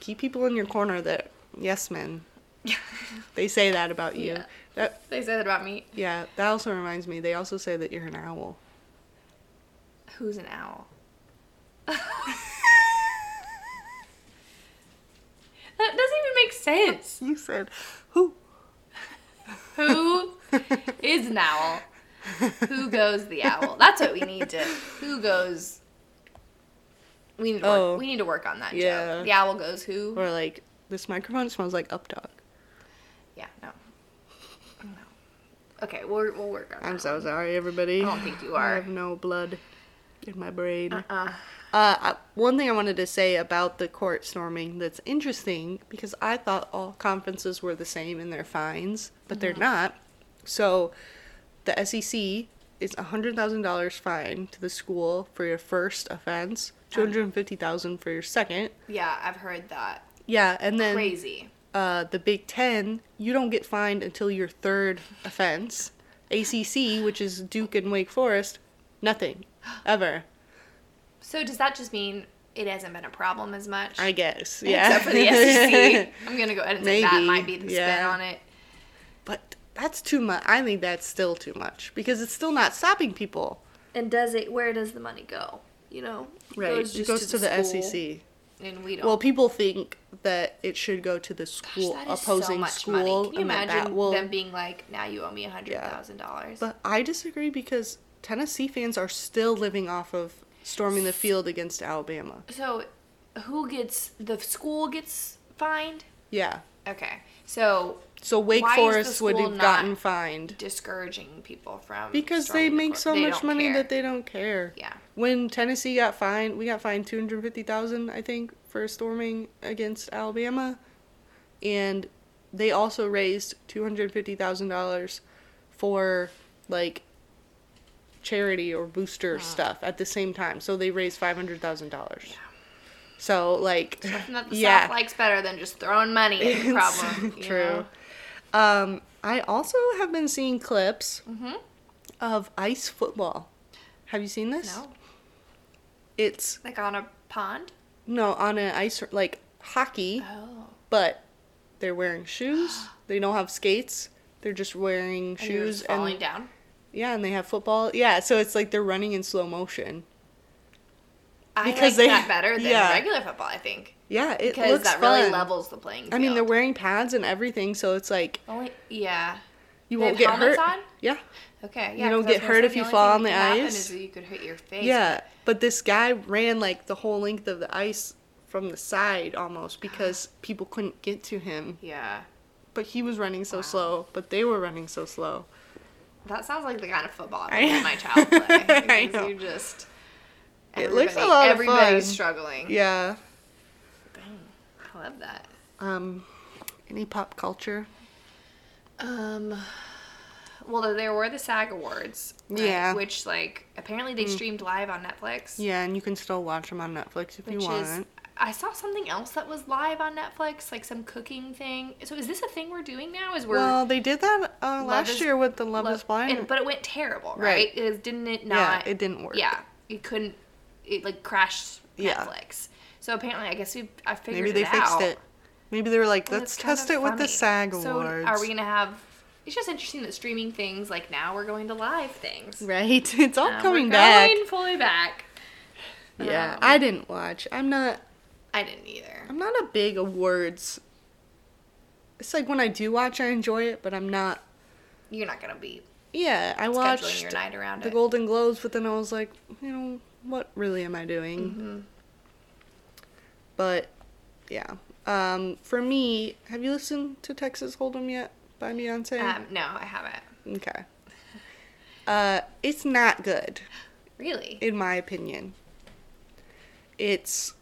Speaker 2: keep people in your corner that yes men. They say that about you.
Speaker 1: Yeah.
Speaker 2: That
Speaker 1: they say that about me.
Speaker 2: yeah. That also reminds me. They also say that you're an owl.
Speaker 1: Who's an owl? That doesn't even make sense.
Speaker 2: You said, "Who?"
Speaker 1: Who is an owl? Who goes the owl? That's what we need to. Who goes? We need to work.
Speaker 2: Oh.
Speaker 1: We need to work on that. Yeah.
Speaker 2: Yeah.
Speaker 1: The owl goes who?
Speaker 2: Or like this microphone smells like up dog.
Speaker 1: Yeah. No. No. Okay. We'll we'll work on.
Speaker 2: I'm
Speaker 1: that.
Speaker 2: so sorry, everybody.
Speaker 1: I don't think you
Speaker 2: I
Speaker 1: are.
Speaker 2: have no blood in my brain. Uh,
Speaker 1: Uh,
Speaker 2: I, one thing I wanted to say about the court storming that's interesting because I thought all conferences were the same in their fines, but they're
Speaker 1: Mm-hmm.
Speaker 2: not. So the SEC is $100,000 fine to the school for your first offense, 250000 for your second.
Speaker 1: yeah, I've heard that.
Speaker 2: Yeah, and then
Speaker 1: Crazy.
Speaker 2: uh, the Big Ten, you don't get fined until your third offense. ACC, which is Duke and Wake Forest, nothing ever.
Speaker 1: So does that just mean it hasn't been a problem as much?
Speaker 2: I guess. Yeah.
Speaker 1: Except for the SEC. I'm gonna go ahead and say that
Speaker 2: Maybe,
Speaker 1: might be the spin
Speaker 2: yeah.
Speaker 1: on it.
Speaker 2: but that's too much. I think that's still too much because it's still not stopping people.
Speaker 1: And does it? Where does the money go? You know,
Speaker 2: Right. it goes to, the,
Speaker 1: school,
Speaker 2: SEC.
Speaker 1: and we don't.
Speaker 2: Oh. Well, people think that it should go to the school
Speaker 1: Gosh, that is so
Speaker 2: opposing
Speaker 1: much
Speaker 2: school.
Speaker 1: Money. Can you
Speaker 2: and that
Speaker 1: imagine
Speaker 2: that will-
Speaker 1: them being like, "Now you owe me a hundred thousand dollars"?
Speaker 2: But I disagree because Tennessee fans are still living off of storming the field against Alabama.
Speaker 1: So, who gets the school gets fined?
Speaker 2: Yeah.
Speaker 1: Okay, so
Speaker 2: So Wake
Speaker 1: Why is the
Speaker 2: Forest would
Speaker 1: school
Speaker 2: have
Speaker 1: not-
Speaker 2: gotten fined
Speaker 1: discouraging people from
Speaker 2: because they
Speaker 1: storming the
Speaker 2: make
Speaker 1: court.
Speaker 2: so
Speaker 1: They
Speaker 2: much
Speaker 1: don't
Speaker 2: money
Speaker 1: care.
Speaker 2: that they don't care.
Speaker 1: Yeah.
Speaker 2: When Tennessee got fined, we got fined 250,000, I think, for storming against Alabama. And they also raised $250,000 for like charity or booster stuff at the same time. So they raised $500,000. So like
Speaker 1: Nothing that the
Speaker 2: yeah.
Speaker 1: South likes better than just throwing money at the
Speaker 2: It's
Speaker 1: problem. you
Speaker 2: True.
Speaker 1: know?
Speaker 2: Um, I also have been seeing clips
Speaker 1: Mm-hmm.
Speaker 2: of ice football. Have you seen this?
Speaker 1: No,
Speaker 2: It's
Speaker 1: like on a pond.
Speaker 2: no on an ice like hockey,
Speaker 1: Oh,
Speaker 2: but they're wearing shoes. They don't have skates. They're just wearing
Speaker 1: and you're
Speaker 2: shoes
Speaker 1: just falling
Speaker 2: and
Speaker 1: down.
Speaker 2: yeah, and they have football. Yeah, so it's like they're running in slow motion.
Speaker 1: I
Speaker 2: because they-
Speaker 1: like that better than
Speaker 2: yeah.
Speaker 1: regular football. I think
Speaker 2: Yeah, it
Speaker 1: because
Speaker 2: looks
Speaker 1: that
Speaker 2: fun.
Speaker 1: really levels the playing field.
Speaker 2: I mean, they're wearing pads and everything, so it's like
Speaker 1: only yeah.
Speaker 2: you
Speaker 1: They
Speaker 2: won't
Speaker 1: have
Speaker 2: get hurt.
Speaker 1: helmets on?
Speaker 2: Yeah,
Speaker 1: Okay,
Speaker 2: You
Speaker 1: yeah.
Speaker 2: don't
Speaker 1: 'cause I was
Speaker 2: get
Speaker 1: gonna
Speaker 2: hurt
Speaker 1: say
Speaker 2: if you
Speaker 1: only
Speaker 2: fall
Speaker 1: thing
Speaker 2: on
Speaker 1: that
Speaker 2: the
Speaker 1: could happen
Speaker 2: ice.
Speaker 1: Is that you could hit your face.
Speaker 2: Yeah, but this guy ran like the whole length of the ice from the side almost because people couldn't get to him.
Speaker 1: Yeah.
Speaker 2: But he was running so slow, but they were running so slow.
Speaker 1: That sounds like the kind of football
Speaker 2: I
Speaker 1: I would let
Speaker 2: know.
Speaker 1: my child play.
Speaker 2: I
Speaker 1: because
Speaker 2: know.
Speaker 1: You just.
Speaker 2: It looks a
Speaker 1: everybody-
Speaker 2: lot of
Speaker 1: Everybody's
Speaker 2: fun.
Speaker 1: struggling.
Speaker 2: Yeah.
Speaker 1: Dang, I love that.
Speaker 2: Um any pop culture?
Speaker 1: Um, well, there were the SAG Awards. right?
Speaker 2: Yeah. Mm.
Speaker 1: Which, like, apparently they streamed live on Netflix.
Speaker 2: Yeah, and you can still watch them on Netflix if you
Speaker 1: Which
Speaker 2: want.
Speaker 1: is, I saw something else that was live on Netflix, like some cooking thing. So is this a thing we're doing now? Is we're
Speaker 2: well, they did that uh, last
Speaker 1: is-
Speaker 2: year with the Love,
Speaker 1: Lo-
Speaker 2: is Blind.
Speaker 1: and- but it went terrible, right?
Speaker 2: Right.
Speaker 1: It is- didn't it
Speaker 2: yeah,
Speaker 1: not?
Speaker 2: it didn't work.
Speaker 1: Yeah, it couldn't. It like crashed
Speaker 2: Yeah.
Speaker 1: Netflix. So apparently, I guess we I figured
Speaker 2: Maybe they
Speaker 1: it
Speaker 2: fixed
Speaker 1: out.
Speaker 2: it. Maybe they were like,
Speaker 1: And
Speaker 2: let's
Speaker 1: it's kind
Speaker 2: test
Speaker 1: of
Speaker 2: it with the
Speaker 1: funny.
Speaker 2: SAG Awards.
Speaker 1: So are we gonna have? It's just interesting that streaming things like now we're going to live things.
Speaker 2: Right. It's all
Speaker 1: Um, we're
Speaker 2: coming back.
Speaker 1: Going fully back.
Speaker 2: Yeah,
Speaker 1: Um,
Speaker 2: I didn't watch. I'm not.
Speaker 1: I didn't either.
Speaker 2: I'm not a big awards. It's like when I do watch, I enjoy it, but I'm not.
Speaker 1: You're not gonna be
Speaker 2: Yeah, I
Speaker 1: scheduling
Speaker 2: watched
Speaker 1: your night around
Speaker 2: the
Speaker 1: it.
Speaker 2: Golden Globes, but then I was like, you know, what really am I doing?
Speaker 1: Mm-hmm.
Speaker 2: But yeah, um, for me, have you listened to Texas Hold'em yet by Beyonce?
Speaker 1: Um, no, I haven't.
Speaker 2: okay. Uh, it's not good.
Speaker 1: Really?
Speaker 2: in my opinion. It's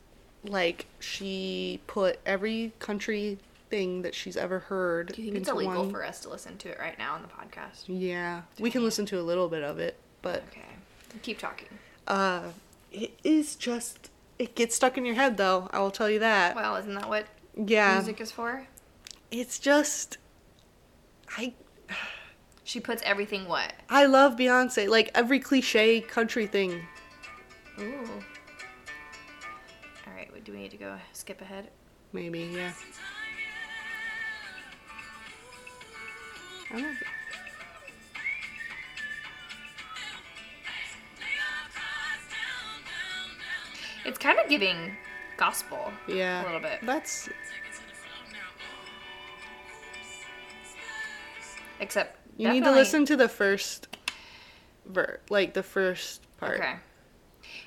Speaker 2: like she put every country thing that she's ever heard.
Speaker 1: Do you think it's
Speaker 2: into
Speaker 1: illegal
Speaker 2: one-
Speaker 1: for us to listen to it right now on the podcast?
Speaker 2: Yeah, we can listen to a little bit of it, but
Speaker 1: Okay. Keep talking.
Speaker 2: uh, it is just it gets stuck in your head though. I will tell you that.
Speaker 1: Well, isn't that what
Speaker 2: yeah,
Speaker 1: music is for?
Speaker 2: it's just I
Speaker 1: She puts everything what?
Speaker 2: I love Beyonce. Like every cliche country thing.
Speaker 1: Ooh. All right, wait, do we need to go skip ahead?
Speaker 2: Maybe yeah. I love it.
Speaker 1: It's kind of giving gospel.
Speaker 2: Yeah.
Speaker 1: A little bit.
Speaker 2: That's
Speaker 1: Except
Speaker 2: you need to
Speaker 1: definitely-
Speaker 2: listen to the first ver like the first part.
Speaker 1: Okay.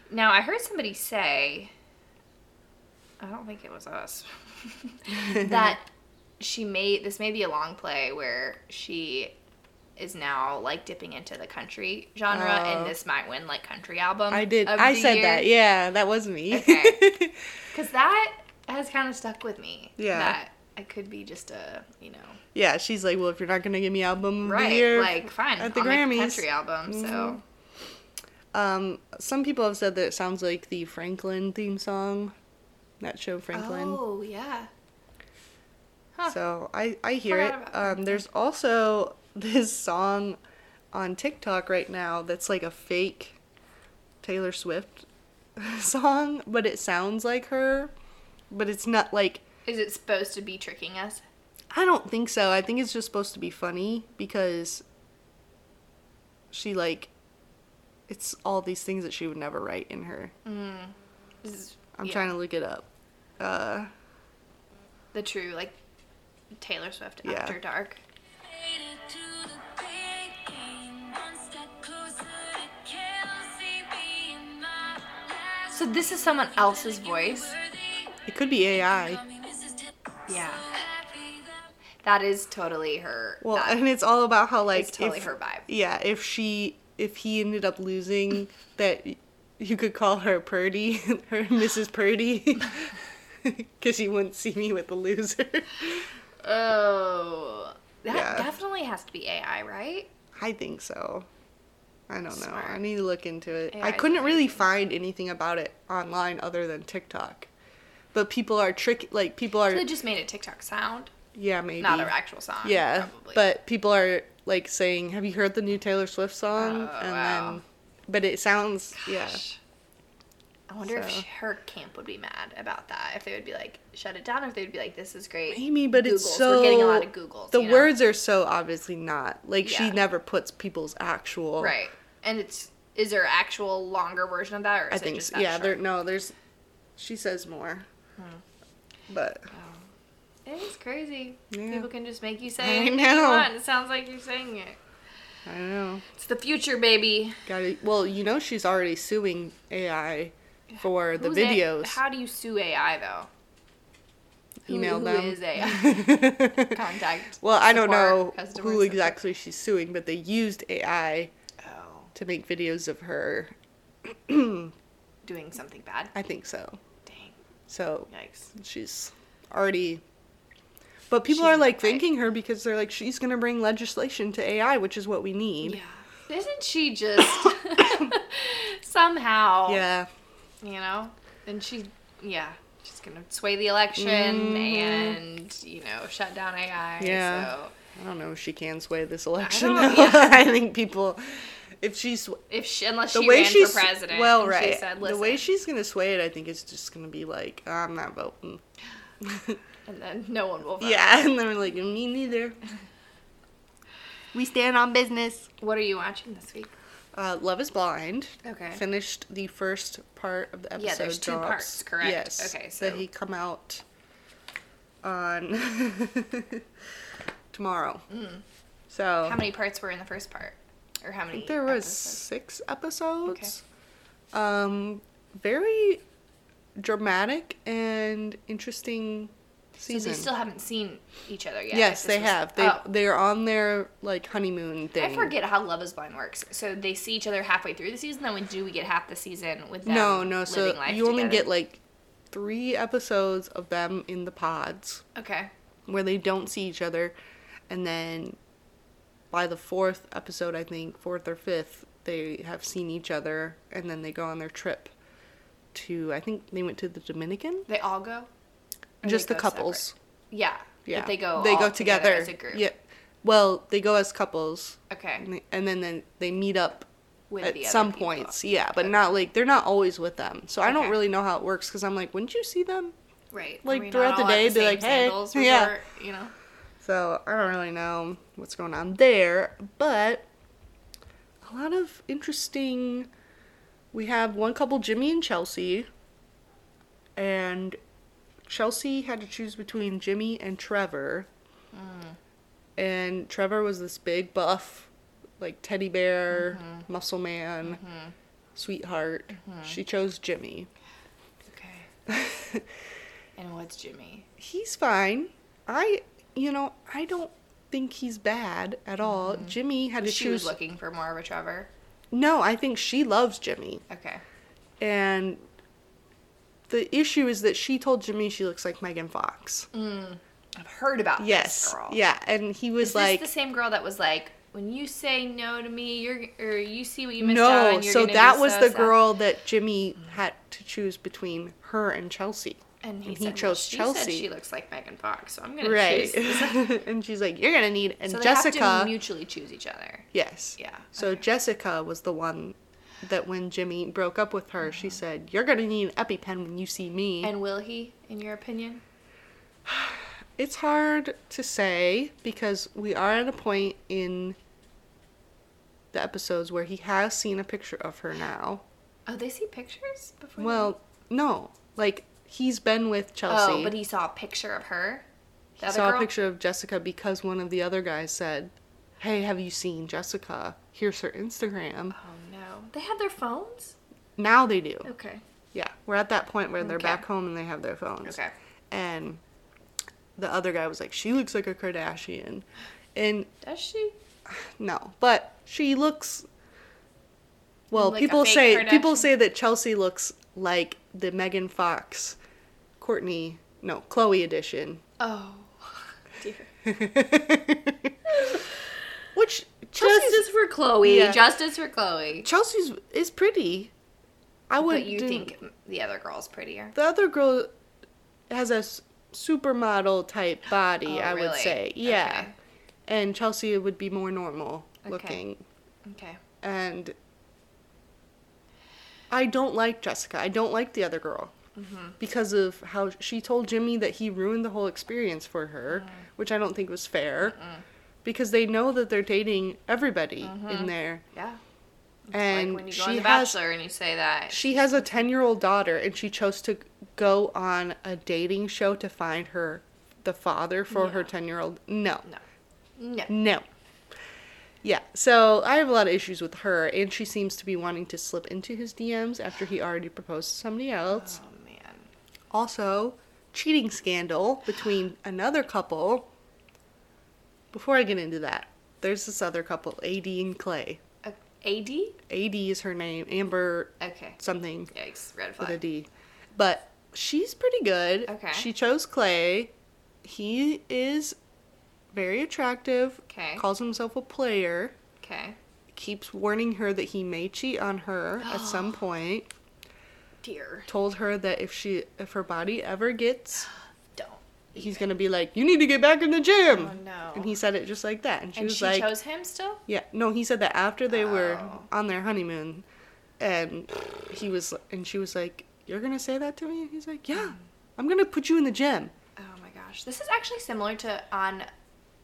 Speaker 1: Now I heard somebody say I don't think it was us that she made this may be a long play where she is now like dipping into the country genre
Speaker 2: Oh.
Speaker 1: and this might win like country album.
Speaker 2: I did I said that. Yeah, that was me.
Speaker 1: Okay. Cuz that has kind of stuck with me.
Speaker 2: Yeah.
Speaker 1: That I could be just a, you know,
Speaker 2: yeah, she's like, "Well, if you're not going to give me album of the
Speaker 1: right,
Speaker 2: year
Speaker 1: like fine,
Speaker 2: at the
Speaker 1: I'll
Speaker 2: Grammys." Mm-hmm.
Speaker 1: make a country album, so
Speaker 2: Um some people have said that it sounds like the Franklin theme song. That show Franklin.
Speaker 1: Oh, yeah.
Speaker 2: So I, I hear it.
Speaker 1: Forgot about
Speaker 2: Um, there's also this song on TikTok right now that's like a fake Taylor Swift song, but it sounds like her, but it's not like
Speaker 1: Is it supposed to be tricking us?
Speaker 2: I don't think so. I think it's just supposed to be funny because she like it's all these things that she would never write in her.
Speaker 1: This is
Speaker 2: I'm
Speaker 1: yeah,
Speaker 2: trying to look it up. Uh
Speaker 1: the true like Taylor Swift
Speaker 2: Yeah.
Speaker 1: After Dark. So this is someone else's voice.
Speaker 2: it could be AI.
Speaker 1: Yeah. That is totally her.
Speaker 2: Well,
Speaker 1: that-
Speaker 2: and it's all about how like
Speaker 1: it's totally
Speaker 2: if-
Speaker 1: her vibe.
Speaker 2: Yeah, if she if he ended up losing, that y- you could call her Purdy, her Mrs. Purdy, because you wouldn't see me with the loser.
Speaker 1: oh, that
Speaker 2: Yeah.
Speaker 1: definitely has to be AI, right?
Speaker 2: I think so. I don't know. I
Speaker 1: Smart.
Speaker 2: need to look into it.
Speaker 1: Yeah,
Speaker 2: I
Speaker 1: it's
Speaker 2: couldn't really find anything about it online other than TikTok. But people are trick like people are
Speaker 1: They just made a TikTok sound,
Speaker 2: yeah maybe
Speaker 1: not an actual song.
Speaker 2: Yeah,
Speaker 1: probably.
Speaker 2: but people are like saying, "Have you heard the new Taylor Swift song?"
Speaker 1: Oh,
Speaker 2: and
Speaker 1: wow.
Speaker 2: then, but it sounds yeah.
Speaker 1: Gosh. I wonder
Speaker 2: So.
Speaker 1: if her camp would be mad about that. If they would be like, shut it down, or if they would be like, this is great.
Speaker 2: Amy, but it's
Speaker 1: Googles.
Speaker 2: so
Speaker 1: We're getting a lot of Googles.
Speaker 2: The
Speaker 1: you know?
Speaker 2: words are so obviously not like she
Speaker 1: Yeah.
Speaker 2: never puts people's actual
Speaker 1: Right. And it's. Is there actual longer version of that? Or
Speaker 2: I
Speaker 1: is it
Speaker 2: think
Speaker 1: just
Speaker 2: so.
Speaker 1: that
Speaker 2: yeah.
Speaker 1: short?
Speaker 2: There no. There's she says more,
Speaker 1: Hmm.
Speaker 2: but
Speaker 1: It is crazy.
Speaker 2: Yeah.
Speaker 1: People can just make you say
Speaker 2: I
Speaker 1: anything you
Speaker 2: know.
Speaker 1: want. It sounds like you're saying it.
Speaker 2: I don't know.
Speaker 1: It's the future, baby.
Speaker 2: Got to Well, you know she's already suing AI for the
Speaker 1: Who's A-
Speaker 2: videos.
Speaker 1: how do you sue AI though? Who-
Speaker 2: Email
Speaker 1: who
Speaker 2: them.
Speaker 1: is AI? Contact.
Speaker 2: well, I don't
Speaker 1: support,
Speaker 2: know
Speaker 1: customer
Speaker 2: who
Speaker 1: support.
Speaker 2: exactly she's suing, but they used AI
Speaker 1: Oh,
Speaker 2: to make videos of her.
Speaker 1: doing something bad.
Speaker 2: I think so.
Speaker 1: Dang.
Speaker 2: So
Speaker 1: Yikes.
Speaker 2: she's already. But people
Speaker 1: She's
Speaker 2: are like
Speaker 1: right.
Speaker 2: thanking her because they're like, she's gonna bring legislation to AI, which is what we need.
Speaker 1: Yeah. Isn't she just somehow?
Speaker 2: Yeah.
Speaker 1: You know, and she, yeah, she's gonna sway the election and you know shut down AI.
Speaker 2: Mm-hmm. Yeah.
Speaker 1: So
Speaker 2: I don't know if she can sway this election. I,
Speaker 1: don't- yeah.
Speaker 2: I think people, if she's
Speaker 1: if she, unless
Speaker 2: the
Speaker 1: she
Speaker 2: way
Speaker 1: ran
Speaker 2: she's
Speaker 1: for president,
Speaker 2: well,
Speaker 1: and
Speaker 2: right,
Speaker 1: She said,
Speaker 2: the
Speaker 1: Listen,
Speaker 2: way she's gonna sway it, I think is just gonna be like, I'm not voting.
Speaker 1: and then no one will vote.
Speaker 2: yeah, and they're like, me neither. we stand on business.
Speaker 1: What are you watching this week?
Speaker 2: Uh, Love is Blind.
Speaker 1: Okay.
Speaker 2: Finished the first part of the episode.
Speaker 1: Yeah, there's two
Speaker 2: drops.
Speaker 1: parts, correct?
Speaker 2: Yes.
Speaker 1: Okay,
Speaker 2: so
Speaker 1: so-
Speaker 2: he come out on tomorrow. So
Speaker 1: Mm. How many parts were in the first part, or how many?
Speaker 2: I think there was
Speaker 1: episodes?
Speaker 2: six episodes. Um, very dramatic and interesting
Speaker 1: So
Speaker 2: season.
Speaker 1: they still haven't seen each other yet.
Speaker 2: yes,
Speaker 1: This
Speaker 2: they
Speaker 1: was-
Speaker 2: have. They
Speaker 1: oh.
Speaker 2: they're on their like honeymoon thing.
Speaker 1: I forget how Love Is Blind works. So they see each other halfway through the season. Then we do we get half the season with them?
Speaker 2: No, no. So
Speaker 1: living life
Speaker 2: you only
Speaker 1: together?
Speaker 2: get like three episodes of them in the pods
Speaker 1: okay.
Speaker 2: where they don't see each other, and then by the fourth episode, I think fourth or fifth, they have seen each other, and then they go on their trip to. I think they went to the Dominican.
Speaker 1: They all go. Or they
Speaker 2: Just the
Speaker 1: go
Speaker 2: couples.
Speaker 1: separate? Yeah.
Speaker 2: Yeah,
Speaker 1: But they go.
Speaker 2: They
Speaker 1: all
Speaker 2: go together.
Speaker 1: as a group.
Speaker 2: Yeah. Well, they go as couples, and,
Speaker 1: Okay.
Speaker 2: they, and then they, they meet up
Speaker 1: With
Speaker 2: at
Speaker 1: the other
Speaker 2: some
Speaker 1: people.
Speaker 2: points. Yeah, but not like they're not always with them. So I don't
Speaker 1: Okay.
Speaker 2: really know how it works because I'm like, wouldn't you see them?
Speaker 1: Right. Are
Speaker 2: like,
Speaker 1: we not
Speaker 2: throughout the
Speaker 1: all at
Speaker 2: day, be
Speaker 1: same
Speaker 2: like, hey,
Speaker 1: sandals
Speaker 2: yeah.
Speaker 1: resort, You know.
Speaker 2: So I don't really know what's going on there, but a lot of interesting. We have one couple, Jimmy and Chelsea, and Chelsea had to choose between Jimmy and Trevor. And Trevor was this big buff, like teddy bear, muscle man, sweetheart. She chose Jimmy.
Speaker 1: Okay. and what's Jimmy?
Speaker 2: he's fine. I, you know, I don't think he's bad at all. Jimmy had to
Speaker 1: Mm-hmm. She was
Speaker 2: choose.
Speaker 1: looking for more of a Trevor.
Speaker 2: No, I think she loves Jimmy,
Speaker 1: Okay.
Speaker 2: and the issue is that she told Jimmy she looks like Megan Fox.
Speaker 1: I've heard about
Speaker 2: Yes,
Speaker 1: this Mm-hmm. girl.
Speaker 2: yeah, and he was
Speaker 1: Is
Speaker 2: like,
Speaker 1: this the same girl that was like, when you say no to me, you're or you see what you missed out
Speaker 2: no.
Speaker 1: on. You're
Speaker 2: So
Speaker 1: gonna be
Speaker 2: that was
Speaker 1: so
Speaker 2: the
Speaker 1: sad."
Speaker 2: girl that Jimmy had to choose between her and Chelsea.
Speaker 1: And he,
Speaker 2: And he
Speaker 1: said,
Speaker 2: chose
Speaker 1: she
Speaker 2: Chelsea.
Speaker 1: Said she looks like Megan Fox, so I'm gonna
Speaker 2: Right.
Speaker 1: choose.
Speaker 2: and she's like, You're gonna need and
Speaker 1: so they
Speaker 2: Jessica
Speaker 1: have to mutually choose each other.
Speaker 2: Yes.
Speaker 1: Yeah,
Speaker 2: So
Speaker 1: okay.
Speaker 2: Jessica was the one that when Jimmy broke up with her, she said, You're gonna need an EpiPen when you see me.
Speaker 1: Uh-huh. And will he, in your opinion?
Speaker 2: It's hard to say because we are at a point in the episodes where he has seen a picture of her now.
Speaker 1: Oh, they see pictures before.
Speaker 2: Well, no. Like he's been with
Speaker 1: they-
Speaker 2: Chelsea.
Speaker 1: oh, but he saw a picture of her.
Speaker 2: he
Speaker 1: The other
Speaker 2: saw
Speaker 1: girl?
Speaker 2: a picture of Jessica because one of the other guys said, Hey, have you seen Jessica? Here's her Instagram.
Speaker 1: Oh no, they had their phones.
Speaker 2: Now they do.
Speaker 1: Okay.
Speaker 2: Yeah, we're at that point where they're
Speaker 1: Okay.
Speaker 2: back home and they have their phones.
Speaker 1: Okay.
Speaker 2: And the other guy was like, "She looks like a Kardashian," and
Speaker 1: Does she?
Speaker 2: no, but she looks. Well,
Speaker 1: Like a
Speaker 2: people
Speaker 1: fake
Speaker 2: say people
Speaker 1: Kardashian?
Speaker 2: say that Chelsea looks like the Megan Fox, Courtney, no, Chloe edition,
Speaker 1: Oh, dear.
Speaker 2: which Chelsea's
Speaker 1: Justice for Chloe.
Speaker 2: Yeah.
Speaker 1: Justice for Chloe.
Speaker 2: Chelsea's is pretty. I would.
Speaker 1: But you
Speaker 2: do-
Speaker 1: think the other girl's prettier?
Speaker 2: the other girl has a s- supermodel type body,
Speaker 1: Oh,
Speaker 2: I would
Speaker 1: really?
Speaker 2: say. Yeah.
Speaker 1: Okay.
Speaker 2: And Chelsea would be more normal
Speaker 1: Okay.
Speaker 2: looking.
Speaker 1: Okay.
Speaker 2: And I don't like Jessica. I don't like the other girl.
Speaker 1: Mm-hmm.
Speaker 2: Because of how she told Jimmy that he ruined the whole experience for
Speaker 1: Mm.
Speaker 2: her, which I don't think was fair. Because they know that they're dating everybody in there.
Speaker 1: Yeah.
Speaker 2: And
Speaker 1: Mm-hmm. like when you go
Speaker 2: she
Speaker 1: on The
Speaker 2: has
Speaker 1: Bachelor and you say that.
Speaker 2: she has a 10 year old daughter, and she chose to go on a dating show to find her the father for her
Speaker 1: Yeah.
Speaker 2: 10 year old. No.
Speaker 1: No. No.
Speaker 2: No. Yeah, so I have a lot of issues with her, and she seems to be wanting to slip into his DMs after he already proposed to somebody else.
Speaker 1: Oh man.
Speaker 2: Also, cheating scandal between another couple. Before I get into that, there's this other couple, AD and Clay.
Speaker 1: A- AD?
Speaker 2: AD is her name, Amber
Speaker 1: Okay.
Speaker 2: something.
Speaker 1: Yikes. Red
Speaker 2: with a
Speaker 1: flag.
Speaker 2: D. But she's pretty good.
Speaker 1: Okay.
Speaker 2: She chose Clay. He is very attractive.
Speaker 1: Okay.
Speaker 2: Calls himself a player.
Speaker 1: Okay.
Speaker 2: Keeps warning her that he may cheat on her at some point.
Speaker 1: Dear.
Speaker 2: Told her that if she if her body ever gets
Speaker 1: Don't.
Speaker 2: he's gonna be like, You need to get back in the gym.
Speaker 1: Oh, no.
Speaker 2: And he said it just like that. And she
Speaker 1: and
Speaker 2: was
Speaker 1: she
Speaker 2: like
Speaker 1: chose him still?
Speaker 2: Yeah. No, he said that after they were
Speaker 1: Oh.
Speaker 2: on their honeymoon and he was and she was like, You're gonna say that to me? And he's like, Yeah, I'm gonna put you in the gym.
Speaker 1: Oh my gosh. This is actually similar to on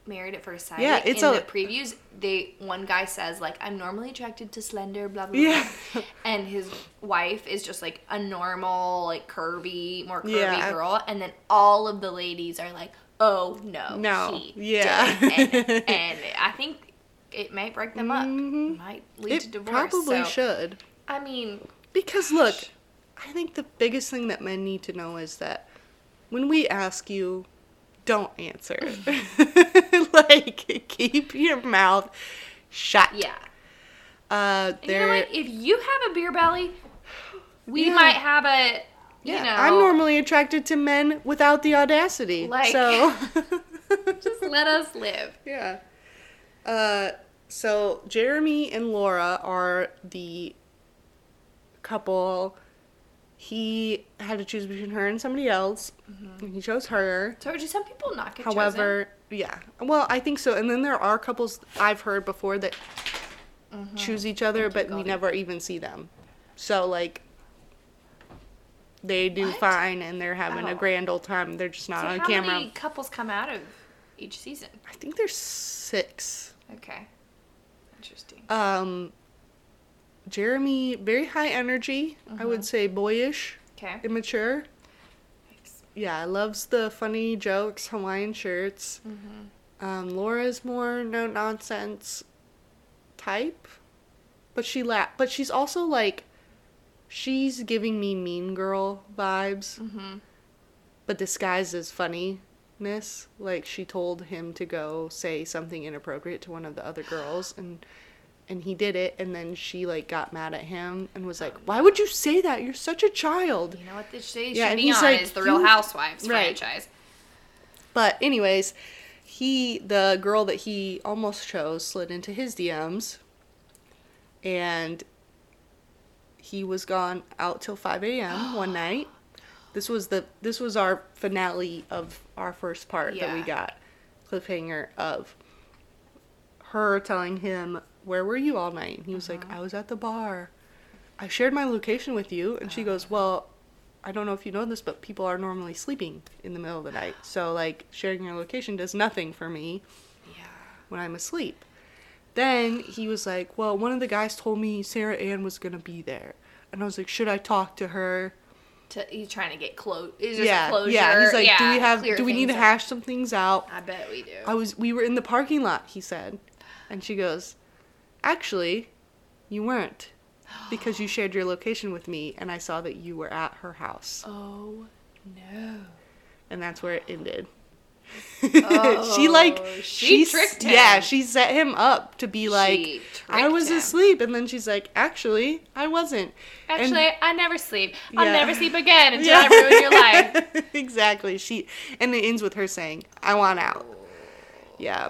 Speaker 1: Married at First Sight.
Speaker 2: Yeah, it's
Speaker 1: in
Speaker 2: a-
Speaker 1: the previews, they one guy says like I'm normally attracted to slender blah blah
Speaker 2: Yeah.
Speaker 1: blah. And his wife is just like a normal like curvy, more curvy
Speaker 2: Yeah.
Speaker 1: girl and then all of the ladies are like, "Oh no."
Speaker 2: No.
Speaker 1: He
Speaker 2: Yeah.
Speaker 1: did." And, and I think it might break them up.
Speaker 2: Mhm.
Speaker 1: It might lead to
Speaker 2: it
Speaker 1: divorce.
Speaker 2: probably
Speaker 1: so-
Speaker 2: should.
Speaker 1: I mean,
Speaker 2: Because look, I think the biggest thing that men need to know is that when we ask you, don't answer. like keep your mouth shut.
Speaker 1: yeah.
Speaker 2: Uh
Speaker 1: And
Speaker 2: there
Speaker 1: you know what? If you have a beer belly, we
Speaker 2: Yeah.
Speaker 1: might have a you
Speaker 2: yeah,
Speaker 1: know
Speaker 2: I'm normally attracted to men without the audacity.
Speaker 1: Like-
Speaker 2: so
Speaker 1: just let us live.
Speaker 2: Yeah. Uh, so Jeremy and Laura are the couple. He had to choose between her and somebody else,
Speaker 1: Mm-hmm.
Speaker 2: and he chose her.
Speaker 1: So do some people not get
Speaker 2: However, yeah. Well, I think so. And then there are couples I've heard before that
Speaker 1: Mm-hmm.
Speaker 2: choose each other, but we
Speaker 1: golly.
Speaker 2: never even see them. So like. They do
Speaker 1: What?
Speaker 2: fine, and they're having a
Speaker 1: Oh.
Speaker 2: grand old time. They're just not
Speaker 1: chosen? So
Speaker 2: on
Speaker 1: how
Speaker 2: camera.
Speaker 1: many couples come out of each season?
Speaker 2: I think there's six.
Speaker 1: Okay, interesting.
Speaker 2: um Jeremy very high energy, I would say boyish,
Speaker 1: Uh-huh. Okay,
Speaker 2: immature.
Speaker 1: Yikes.
Speaker 2: Yeah, loves the funny jokes, Hawaiian shirts.
Speaker 1: Mm-hmm.
Speaker 2: Um Laura's more no nonsense type, but she la- but she's also like she's giving me mean girl vibes, but disguised as funniness. Like she told him to go say something inappropriate to one of the other girls and and he did it and then she like got mad at him and was like, "Why would you say that? You're such a child."
Speaker 1: you know what this should,
Speaker 2: Yeah,
Speaker 1: should
Speaker 2: and
Speaker 1: be
Speaker 2: he's
Speaker 1: on
Speaker 2: like,
Speaker 1: is the Real
Speaker 2: you-
Speaker 1: Housewives
Speaker 2: right.
Speaker 1: franchise.
Speaker 2: But anyways, he the girl that he almost chose slid into his DMs and he was gone out till 5 a.m. one night. This was the this was our finale of our first part that we
Speaker 1: Yeah.
Speaker 2: got cliffhanger of her telling him, "Where were you all night?" And he was like, "I was at the bar. I shared my location with you." And she goes, "Well, I don't know if you know this, but people are normally sleeping in the middle of the night. So like sharing your location does nothing for me."
Speaker 1: Yeah.
Speaker 2: when I'm asleep. Then he was like, Well, one of the guys told me Sarah Ann was gonna be there. And I was like, Should I talk to her?
Speaker 1: To, he's trying to get close. Is
Speaker 2: yeah.
Speaker 1: closure.
Speaker 2: Yeah. He's like, Do we
Speaker 1: yeah,
Speaker 2: have
Speaker 1: clear
Speaker 2: do we need to
Speaker 1: things up.
Speaker 2: hash some things out?
Speaker 1: I bet we do.
Speaker 2: I was we were in the parking lot, he said. And she goes, Actually, you weren't. Because you shared your location with me and I saw that you were at her house.
Speaker 1: oh no.
Speaker 2: And that's where it ended. she
Speaker 1: Oh,
Speaker 2: like
Speaker 1: she
Speaker 2: s-
Speaker 1: tricked
Speaker 2: Yeah,
Speaker 1: him.
Speaker 2: she set him up to be like
Speaker 1: She
Speaker 2: I
Speaker 1: tricked
Speaker 2: was
Speaker 1: him.
Speaker 2: asleep, and then she's like, "Actually, I wasn't." And-
Speaker 1: Actually, I never sleep. I'll
Speaker 2: Yeah.
Speaker 1: never sleep again until I ruin your life.
Speaker 2: exactly. She and it ends with her saying, "I want out." Yeah.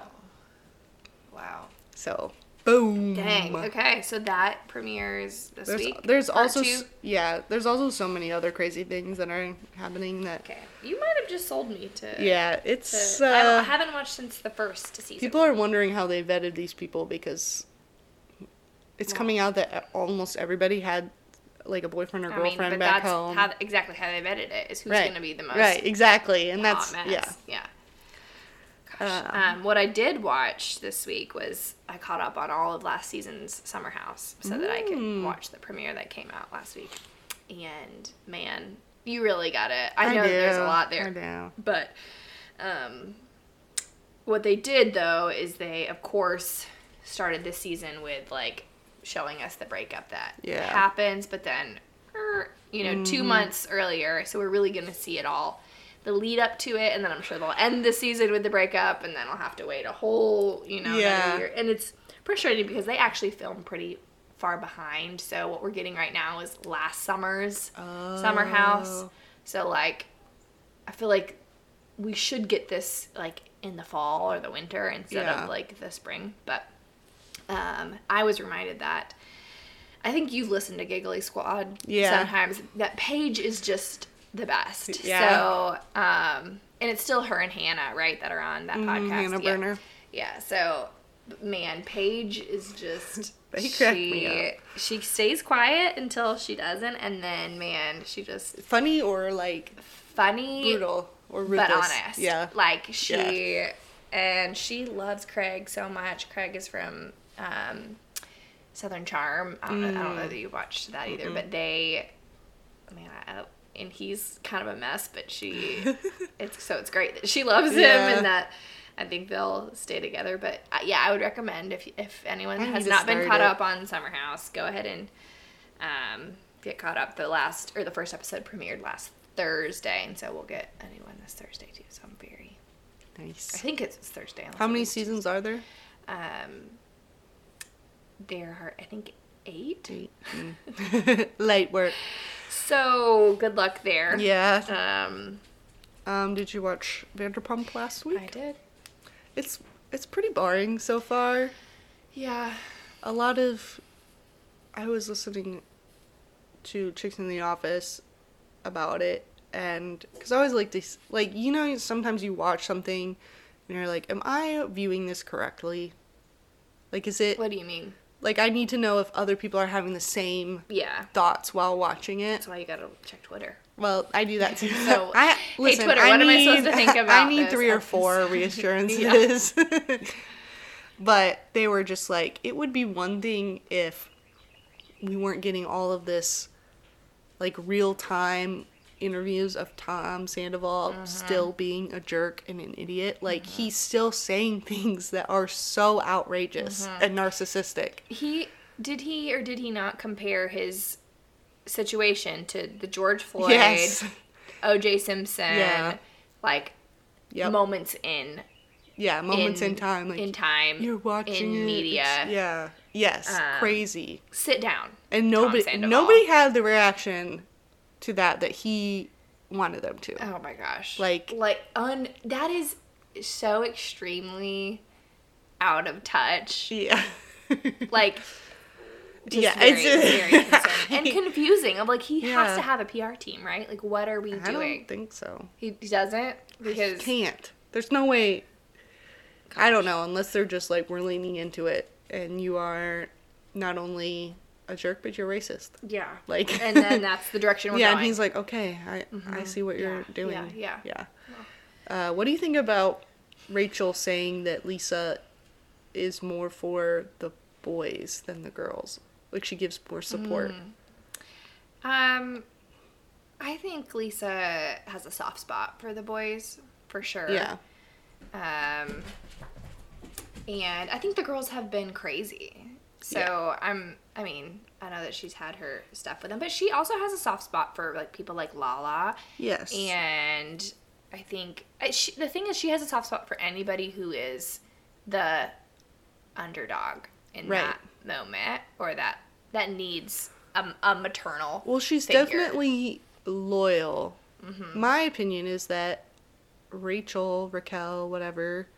Speaker 1: Wow.
Speaker 2: So, boom.
Speaker 1: Dang. Okay, so that premieres
Speaker 2: Mm.
Speaker 1: this
Speaker 2: There's,
Speaker 1: week.
Speaker 2: there's
Speaker 1: Part
Speaker 2: also
Speaker 1: two.
Speaker 2: s- yeah. There's also so many other crazy things that are happening that
Speaker 1: Okay, you might have just sold me to.
Speaker 2: yeah.
Speaker 1: to-
Speaker 2: It's
Speaker 1: I don't-
Speaker 2: uh,
Speaker 1: I haven't watched since the first season.
Speaker 2: people are wondering how they vetted these people because it's
Speaker 1: Well-
Speaker 2: coming out that almost everybody had like a boyfriend or
Speaker 1: I mean,
Speaker 2: girlfriend
Speaker 1: but
Speaker 2: back
Speaker 1: that's
Speaker 2: home.
Speaker 1: how exactly how they vetted it is who's going to be the most
Speaker 2: right exactly and
Speaker 1: hot
Speaker 2: that's
Speaker 1: mess.
Speaker 2: yeah
Speaker 1: yeah. Gosh. Um, what I did watch this week was I caught up on all of last season's Summer House so that I
Speaker 2: Mm.
Speaker 1: could watch the premiere that came out last week. And man, you really got it. I, know there's a
Speaker 2: do.
Speaker 1: lot there.
Speaker 2: I know.
Speaker 1: But um, what they did though is they, of course, started this season with like showing us the breakup that
Speaker 2: Yeah. Mm-hmm.
Speaker 1: happens, but then, er, you know, two months earlier. So we're really gonna see it all, the lead up to it, and then I'm sure they'll end the season with the breakup, and then I'll have to wait a whole, you know, another
Speaker 2: Yeah.
Speaker 1: year. And it's frustrating because they actually film pretty far behind. So what we're getting right now is last summer's summer house.
Speaker 2: Oh.
Speaker 1: So like I feel like we should get this like in the fall or the winter instead
Speaker 2: Yeah.
Speaker 1: of like the spring. But um, I was reminded that I think you've listened to Giggly Squad
Speaker 2: Yeah.
Speaker 1: sometimes. That Paige is just the best.
Speaker 2: Yeah.
Speaker 1: So um, and it's still her and Hannah, right, that are on that podcast.
Speaker 2: Mm-hmm. Hannah
Speaker 1: yeah.
Speaker 2: Berner.
Speaker 1: Yeah. So man, Paige is just
Speaker 2: They crack me
Speaker 1: she- She stays quiet until she doesn't, and then man, she just
Speaker 2: funny or like
Speaker 1: funny
Speaker 2: brutal or ruthless
Speaker 1: but honest.
Speaker 2: yeah
Speaker 1: Like she and she loves Craig so much. Craig is from um, Southern Charm. I don't, know, I don't
Speaker 2: Mm.
Speaker 1: know that you watched that either, but they, man, I, and he's kind of a mess, but she, it's so it's great that she loves him
Speaker 2: Yeah.
Speaker 1: and that. I think they'll stay together, but uh, yeah, I would recommend if if anyone
Speaker 2: I need
Speaker 1: has
Speaker 2: to
Speaker 1: not been
Speaker 2: start
Speaker 1: caught
Speaker 2: it.
Speaker 1: up on Summer House, go ahead and um, get caught up. The last or the first episode premiered last Thursday, and so we'll get a new one this Thursday too. So I'm very. I
Speaker 2: nice
Speaker 1: think it's it's Thursday. unless
Speaker 2: how many
Speaker 1: it-
Speaker 2: seasons are there
Speaker 1: Um, there are I think eight.
Speaker 2: Mm-hmm. light work
Speaker 1: So good luck there.
Speaker 2: yeah
Speaker 1: Um,
Speaker 2: um did you watch vanderpump last week
Speaker 1: I did.
Speaker 2: it's it's pretty boring so far
Speaker 1: Yeah.
Speaker 2: a lot of i was listening to chicks in the office about it and because i always like this like you know sometimes you watch something and you're like am i viewing this correctly like is it
Speaker 1: What do you mean?
Speaker 2: like i need to know if other people are having the same
Speaker 1: Yeah.
Speaker 2: thoughts while watching it
Speaker 1: That's why you gotta check Twitter.
Speaker 2: well i do that too
Speaker 1: So,
Speaker 2: i
Speaker 1: hey,
Speaker 2: listen
Speaker 1: Twitter,
Speaker 2: I
Speaker 1: what am I
Speaker 2: need-
Speaker 1: supposed to think
Speaker 2: i
Speaker 1: about
Speaker 2: need
Speaker 1: this
Speaker 2: three or four
Speaker 1: episode?
Speaker 2: reassurances but they were just like it would be one thing if we weren't getting all of this like real time interviews of Tom Sandoval
Speaker 1: Mm-hmm.
Speaker 2: still being a jerk and an idiot. Like he's still saying things that are so outrageous
Speaker 1: Mm-hmm.
Speaker 2: and narcissistic.
Speaker 1: He did he or did he not compare his situation to the George Floyd,
Speaker 2: Yes.
Speaker 1: O.J. Simpson,
Speaker 2: Yeah.
Speaker 1: like
Speaker 2: Yep.
Speaker 1: moments in
Speaker 2: yeah, moments in, time like
Speaker 1: in time
Speaker 2: you're watching it,
Speaker 1: in
Speaker 2: it's-
Speaker 1: media.
Speaker 2: Yeah. Yes,
Speaker 1: Um,
Speaker 2: crazy.
Speaker 1: Sit down.
Speaker 2: And
Speaker 1: Tom
Speaker 2: nobody
Speaker 1: Sandoval.
Speaker 2: nobody had the reaction to that that he wanted them to.
Speaker 1: Oh my gosh.
Speaker 2: Like-
Speaker 1: like un that is so extremely out of touch.
Speaker 2: Yeah.
Speaker 1: Like Just
Speaker 2: Yeah,
Speaker 1: very,
Speaker 2: it's-
Speaker 1: very concerning and confusing. I'm like, he has
Speaker 2: Yeah.
Speaker 1: to have a PR team, right? Like, what are we
Speaker 2: I
Speaker 1: doing?
Speaker 2: don't think so.
Speaker 1: He, he doesn't because
Speaker 2: Can't. There's no way. I don't know unless they're just like we're leaning into it, and you are not only a jerk but you're racist.
Speaker 1: yeah,
Speaker 2: Like
Speaker 1: and then that's the direction we're
Speaker 2: yeah,
Speaker 1: going.
Speaker 2: and he's like, okay, I I see what you're
Speaker 1: Mm-hmm. Yeah,
Speaker 2: doing.
Speaker 1: yeah,
Speaker 2: yeah. Uh, what do you think about Rachel saying that Lisa is more for the boys than the girls? Like she gives more support.
Speaker 1: Mm, um, I think Lisa has a soft spot for the boys for sure.
Speaker 2: Yeah,
Speaker 1: Um, and I think the girls have been crazy. So I'm, I mean, I know that she's had her stuff with them, but she also has a soft spot for like people like Lala.
Speaker 2: yes,
Speaker 1: And I think I- she, the thing is, she has a soft spot for anybody who is the underdog in
Speaker 2: Right.
Speaker 1: that moment or that that needs a, a maternal.
Speaker 2: Well, she's
Speaker 1: figure. Mm-hmm.
Speaker 2: definitely loyal. My opinion is that Rachel, Raquel, whatever,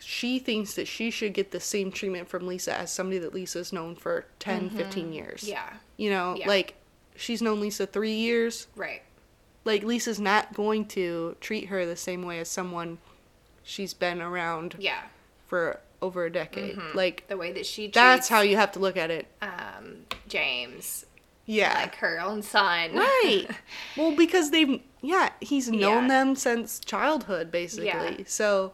Speaker 2: she thinks that she should get the same treatment from Lisa as somebody that Lisa's known for 10, 15 years.
Speaker 1: Mm-hmm. yeah,
Speaker 2: You know,
Speaker 1: Yeah.
Speaker 2: like she's known Lisa three years.
Speaker 1: right.
Speaker 2: Like Lisa's not going to treat her the same way as someone she's been around
Speaker 1: Yeah, Mm-hmm.
Speaker 2: for over a decade. Like
Speaker 1: the way that she
Speaker 2: that's
Speaker 1: treats
Speaker 2: how you have to look at it.
Speaker 1: um, James
Speaker 2: Yeah.
Speaker 1: like her own son.
Speaker 2: Right. well, because they've yeah, he's known
Speaker 1: Yeah.
Speaker 2: them since childhood basically. So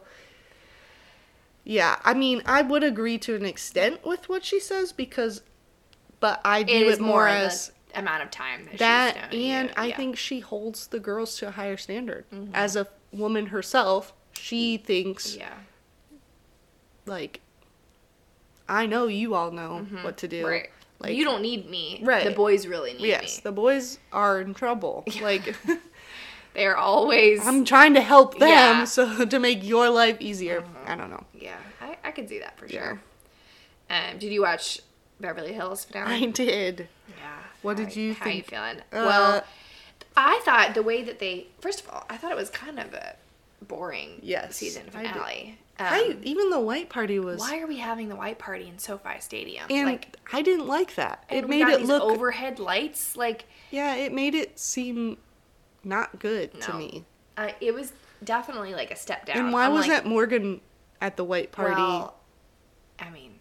Speaker 2: yeah, I mean, I would agree to an extent with what she says because but I
Speaker 1: it
Speaker 2: view it,
Speaker 1: is
Speaker 2: more
Speaker 1: more of
Speaker 2: as
Speaker 1: the amount of time that,
Speaker 2: that
Speaker 1: she's known
Speaker 2: and
Speaker 1: you,
Speaker 2: I
Speaker 1: yeah. Mm-hmm.
Speaker 2: think she holds the girls to a higher standard. As a woman herself, she thinks
Speaker 1: yeah,
Speaker 2: like I know you all know what to do.
Speaker 1: Mm-hmm. right.
Speaker 2: Like
Speaker 1: you don't need me.
Speaker 2: Right.
Speaker 1: The boys really need
Speaker 2: Yes,
Speaker 1: me.
Speaker 2: the boys are in trouble. Like
Speaker 1: They are always.
Speaker 2: I'm trying to help them
Speaker 1: Yeah. Uh-huh.
Speaker 2: so to make your life easier. I don't know.
Speaker 1: yeah, I, I could see that for
Speaker 2: Yeah.
Speaker 1: sure. Um, did you watch Beverly Hills
Speaker 2: I
Speaker 1: finale?
Speaker 2: did.
Speaker 1: yeah.
Speaker 2: What
Speaker 1: How-
Speaker 2: did you
Speaker 1: how
Speaker 2: think?
Speaker 1: How you feeling?
Speaker 2: Uh,
Speaker 1: well, I thought the way that they first of all, I thought it was kind of a boring
Speaker 2: Yes,
Speaker 1: season
Speaker 2: I did.
Speaker 1: finale.
Speaker 2: I
Speaker 1: Um,
Speaker 2: even the white party was
Speaker 1: why are we having the white party in SoFi Stadium?
Speaker 2: and
Speaker 1: like,
Speaker 2: I didn't like that.
Speaker 1: and
Speaker 2: It
Speaker 1: we
Speaker 2: made
Speaker 1: got
Speaker 2: it
Speaker 1: these
Speaker 2: look
Speaker 1: overhead lights. Like,
Speaker 2: Yeah, it made it seem not good to
Speaker 1: No.
Speaker 2: me.
Speaker 1: Uh, it was definitely like a step down.
Speaker 2: And why
Speaker 1: I'm
Speaker 2: was
Speaker 1: like,
Speaker 2: that Morgan at the white party?
Speaker 1: Well, I mean,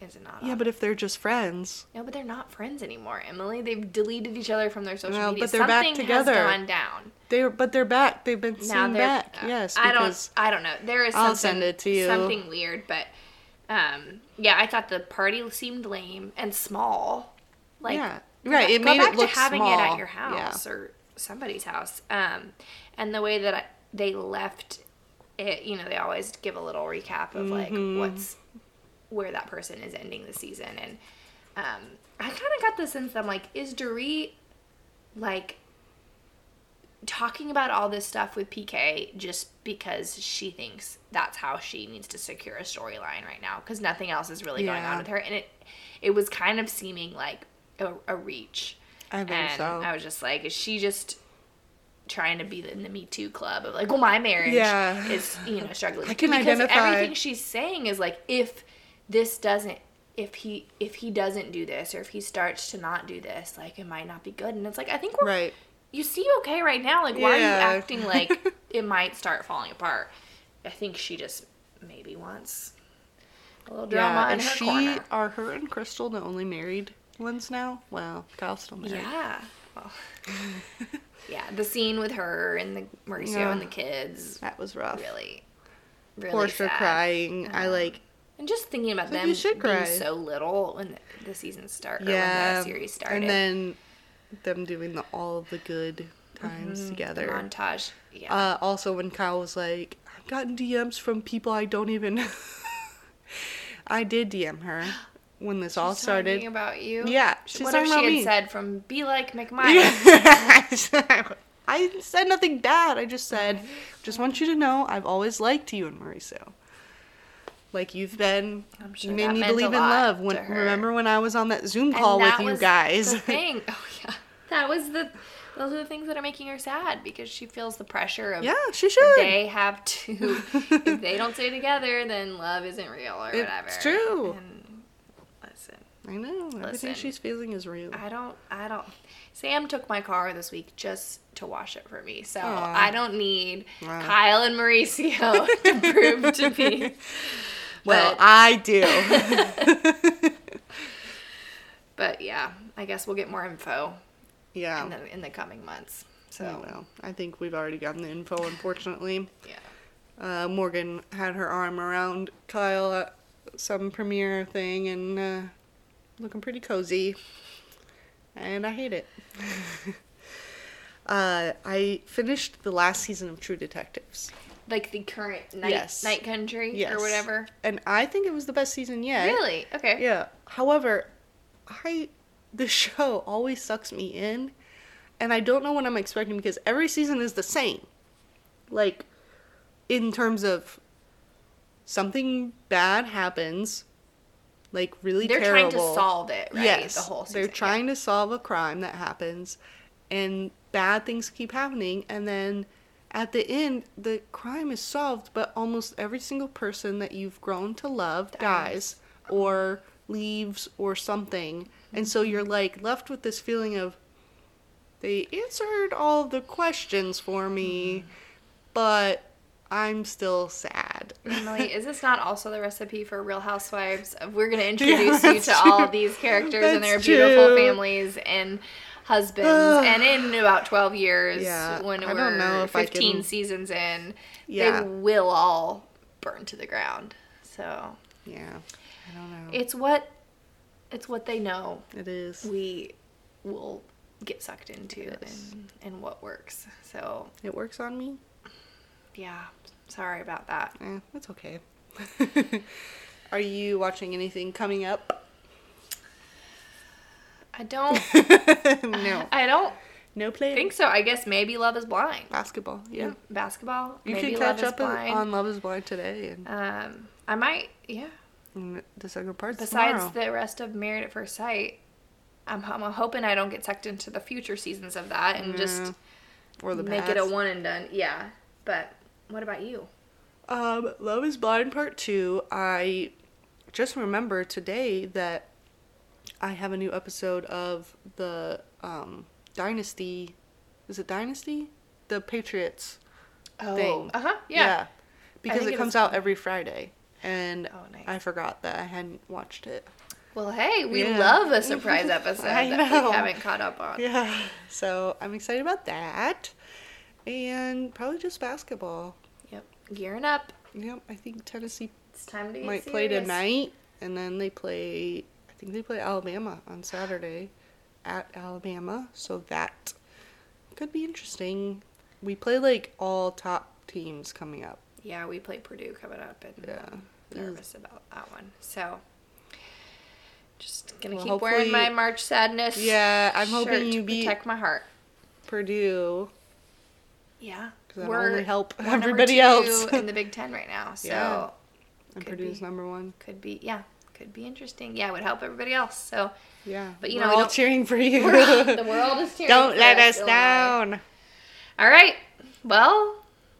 Speaker 1: is it not?
Speaker 2: yeah,
Speaker 1: odd?
Speaker 2: but if they're just friends.
Speaker 1: no, but they're not friends anymore, Emily. They've deleted each other from their social
Speaker 2: No,
Speaker 1: media.
Speaker 2: but they're back
Speaker 1: Something
Speaker 2: together.
Speaker 1: has gone down.
Speaker 2: They're but they're back. They've been
Speaker 1: Now
Speaker 2: seen
Speaker 1: they're
Speaker 2: back.
Speaker 1: uh,
Speaker 2: yes.
Speaker 1: I
Speaker 2: Because
Speaker 1: don't. I don't know. There is.
Speaker 2: I'll
Speaker 1: something,
Speaker 2: send it to you.
Speaker 1: Something weird, but um, yeah, I thought the party seemed lame and small. Like,
Speaker 2: Yeah.
Speaker 1: go
Speaker 2: Right,
Speaker 1: back-
Speaker 2: it
Speaker 1: go
Speaker 2: made it
Speaker 1: back
Speaker 2: look
Speaker 1: to having it
Speaker 2: small.
Speaker 1: at your house or somebody's house. Um, and the way that I, they left it, you know, they always give a little recap of
Speaker 2: Mm-hmm.
Speaker 1: like what's where that person is ending the season, and um, I kind of got the sense that I'm like, is Doree like talking about all this stuff with PK just because she thinks that's how she needs to secure a storyline right now because nothing else is really going
Speaker 2: Yeah.
Speaker 1: on with her, and it it was kind of seeming like a, a reach.
Speaker 2: I think
Speaker 1: and
Speaker 2: so.
Speaker 1: I was just like, is she just trying to be in the Me Too club of like, well, my marriage
Speaker 2: Yeah.
Speaker 1: is you know struggling.
Speaker 2: I can
Speaker 1: because
Speaker 2: identify.
Speaker 1: everything she's saying is like, if this doesn't, if he if he doesn't do this, or if he starts to not do this, like it might not be good. And it's like, I think we're
Speaker 2: Right.
Speaker 1: you seem okay right now. Like, why
Speaker 2: Yeah.
Speaker 1: are you acting like it might start falling apart? I think she just maybe wants a little drama
Speaker 2: yeah,
Speaker 1: in
Speaker 2: is
Speaker 1: her
Speaker 2: she
Speaker 1: corner.
Speaker 2: are her and Crystal the only married ones now? Well, Kyle's still married.
Speaker 1: Yeah. Well, yeah, the scene with her and the Mauricio
Speaker 2: Yeah.
Speaker 1: and the kids
Speaker 2: That was rough.
Speaker 1: really, really
Speaker 2: Of course, for
Speaker 1: sad. Um,
Speaker 2: crying. I like
Speaker 1: And just thinking about
Speaker 2: Like,
Speaker 1: them
Speaker 2: you should
Speaker 1: being
Speaker 2: cry.
Speaker 1: so little when the, the season started, when
Speaker 2: yeah.
Speaker 1: the series started,
Speaker 2: And then them doing the all of the good times
Speaker 1: the
Speaker 2: together.
Speaker 1: montage. Yeah,
Speaker 2: Uh, also, when Kyle was like, "I've gotten DMs from people I don't even," I did DM her when this all
Speaker 1: She's talking
Speaker 2: started.
Speaker 1: about you.
Speaker 2: Yeah, she's
Speaker 1: she's what
Speaker 2: talking
Speaker 1: if she
Speaker 2: about
Speaker 1: had
Speaker 2: me.
Speaker 1: said from "Be like McMike"?
Speaker 2: I said nothing bad. I just said, just want you to know I've always liked you and Mauricio. Like you've been,
Speaker 1: I'm
Speaker 2: you
Speaker 1: sure
Speaker 2: made
Speaker 1: that
Speaker 2: me
Speaker 1: meant a
Speaker 2: believe in
Speaker 1: lot
Speaker 2: love.
Speaker 1: to
Speaker 2: When
Speaker 1: her.
Speaker 2: remember when I was on that Zoom
Speaker 1: And
Speaker 2: call with
Speaker 1: that
Speaker 2: you
Speaker 1: was
Speaker 2: guys?
Speaker 1: The thing. Oh yeah, that was the. Those are the things that are making her sad because she feels the pressure of
Speaker 2: yeah, she should.
Speaker 1: they have to. if they don't stay together, then love isn't real or
Speaker 2: It's
Speaker 1: whatever.
Speaker 2: true.
Speaker 1: And listen,
Speaker 2: I know. Everything
Speaker 1: Listen.
Speaker 2: she's feeling is real.
Speaker 1: I don't. I don't. Sam took my car this week just to wash it for me, so
Speaker 2: Aw.
Speaker 1: I don't need
Speaker 2: Wow.
Speaker 1: Kyle and Mauricio to prove to me.
Speaker 2: well,
Speaker 1: but-
Speaker 2: I do.
Speaker 1: But yeah, I guess we'll get more info
Speaker 2: yeah.
Speaker 1: in the in the coming months. So
Speaker 2: Oh, well, I think we've already gotten the info, unfortunately.
Speaker 1: yeah,
Speaker 2: Uh, Morgan had her arm around Kyle at some premiere thing and uh, looking pretty cozy. And I hate it. uh, I finished the last season of True Detectives.
Speaker 1: like the current night
Speaker 2: Yes.
Speaker 1: night country
Speaker 2: Yes.
Speaker 1: or whatever.
Speaker 2: And I think it was the best season yet.
Speaker 1: Really? Okay.
Speaker 2: Yeah. However, I the show always sucks me in, and I don't know what I'm expecting because every season is the same. Like, in terms of something bad happens, like really
Speaker 1: They're
Speaker 2: terrible.
Speaker 1: trying to solve it, right?
Speaker 2: Yes,
Speaker 1: the whole season.
Speaker 2: they're trying to solve a crime that happens, and bad things keep happening, and then. At the end, the crime is solved, but almost every single person that you've grown to love dies or leaves or something. And so
Speaker 1: Mm-hmm.
Speaker 2: you're like left with this feeling of they answered all the questions for
Speaker 1: Mm-hmm.
Speaker 2: me, but I'm still sad.
Speaker 1: Yeah. Emily, is this not also the recipe for Real Housewives? of We're going to introduce you
Speaker 2: that's
Speaker 1: to all
Speaker 2: true.
Speaker 1: of these characters and
Speaker 2: That's
Speaker 1: their beautiful
Speaker 2: true.
Speaker 1: families and husbands.
Speaker 2: Ugh.
Speaker 1: and in about 12 years,
Speaker 2: Yeah,
Speaker 1: when
Speaker 2: I
Speaker 1: we're
Speaker 2: don't know if I
Speaker 1: 15
Speaker 2: can-
Speaker 1: seasons in,
Speaker 2: Yeah.
Speaker 1: they will all burn to the ground. So
Speaker 2: Yeah, I don't know.
Speaker 1: it's what it's what they know
Speaker 2: it is.
Speaker 1: we will get sucked into
Speaker 2: Yes.
Speaker 1: and, and what works. So
Speaker 2: It works on me.
Speaker 1: yeah, sorry about that.
Speaker 2: Eh, that's okay. Are you watching anything coming up?
Speaker 1: I don't
Speaker 2: no.
Speaker 1: I don't
Speaker 2: No play.
Speaker 1: think so. I guess maybe Love is Blind.
Speaker 2: Basketball. Yeah.
Speaker 1: Basketball.
Speaker 2: You
Speaker 1: maybe
Speaker 2: can catch
Speaker 1: Love
Speaker 2: up
Speaker 1: is
Speaker 2: on-
Speaker 1: blind.
Speaker 2: on Love is Blind today and,
Speaker 1: Um, I might. Yeah.
Speaker 2: and the second part
Speaker 1: Besides
Speaker 2: tomorrow.
Speaker 1: the rest of Married at First Sight, I'm, I'm hoping I don't get sucked into the future seasons of that and just
Speaker 2: or the
Speaker 1: make it a
Speaker 2: past.
Speaker 1: one and done. Yeah. But what about you?
Speaker 2: Um, Love is Blind Part 2. I just remember today that I have a new episode of the um, Dynasty. Is it Dynasty? The Patriots
Speaker 1: Oh.
Speaker 2: thing.
Speaker 1: Uh huh. Yeah.
Speaker 2: Because
Speaker 1: think
Speaker 2: it
Speaker 1: it
Speaker 2: comes
Speaker 1: was-
Speaker 2: out every Friday. And
Speaker 1: Oh, nice.
Speaker 2: I forgot that I hadn't watched it.
Speaker 1: Well, hey, we
Speaker 2: Yeah.
Speaker 1: love a surprise episode
Speaker 2: I
Speaker 1: that
Speaker 2: know.
Speaker 1: we haven't caught up on.
Speaker 2: Yeah. So I'm excited about that. And probably just basketball.
Speaker 1: Yep. Gearing up.
Speaker 2: Yep. I think Tennessee
Speaker 1: It's time to get
Speaker 2: might play
Speaker 1: serious.
Speaker 2: tonight, and then they play. I think they play Alabama on Saturday at Alabama, so that could be interesting. We play like all top teams coming up.
Speaker 1: Yeah, we play Purdue coming up, and
Speaker 2: Yeah. Mm.
Speaker 1: I'm nervous about that one. So, just gonna
Speaker 2: Well,
Speaker 1: keep wearing
Speaker 2: hopefully-
Speaker 1: my March sadness.
Speaker 2: Yeah, I'm hoping
Speaker 1: shirt to
Speaker 2: you beat-
Speaker 1: protect my heart.
Speaker 2: Purdue,
Speaker 1: Yeah,
Speaker 2: because that only help
Speaker 1: we're number
Speaker 2: everybody
Speaker 1: two
Speaker 2: else.
Speaker 1: in the Big Ten right now. So
Speaker 2: Yeah. and
Speaker 1: could
Speaker 2: Purdue's
Speaker 1: be.
Speaker 2: number one.
Speaker 1: could be yeah, could be interesting. Yeah, it would help everybody else. So
Speaker 2: Yeah,
Speaker 1: But, you
Speaker 2: we're
Speaker 1: know, we
Speaker 2: all
Speaker 1: don't-
Speaker 2: cheering for you.
Speaker 1: we're all- the world is cheering.
Speaker 2: Don't
Speaker 1: for
Speaker 2: let us
Speaker 1: Illinois.
Speaker 2: down.
Speaker 1: All right, well,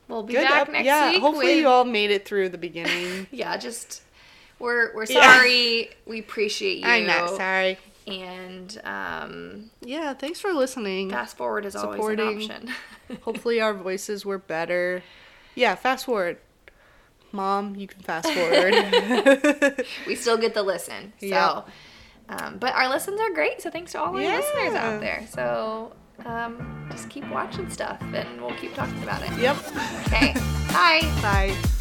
Speaker 1: we'll be
Speaker 2: Good
Speaker 1: back
Speaker 2: up-
Speaker 1: next
Speaker 2: yeah,
Speaker 1: week.
Speaker 2: hopefully
Speaker 1: with-
Speaker 2: you all made it through the beginning.
Speaker 1: yeah, just we're we're
Speaker 2: Yeah.
Speaker 1: sorry. We appreciate you.
Speaker 2: I'm not sorry.
Speaker 1: And um,
Speaker 2: Yeah, thanks for listening.
Speaker 1: fast forward is always an
Speaker 2: Mm-hmm. Supporting.
Speaker 1: option.
Speaker 2: Hopefully our voices were better. Yeah, fast forward. Mom, you can fast forward.
Speaker 1: we still get the listen. So,
Speaker 2: Yeah.
Speaker 1: um, but our listens are great. So thanks to all our
Speaker 2: Yeah.
Speaker 1: listeners out there. So um, just keep watching stuff, and we'll keep talking about it.
Speaker 2: yep.
Speaker 1: Okay, bye.
Speaker 2: Bye.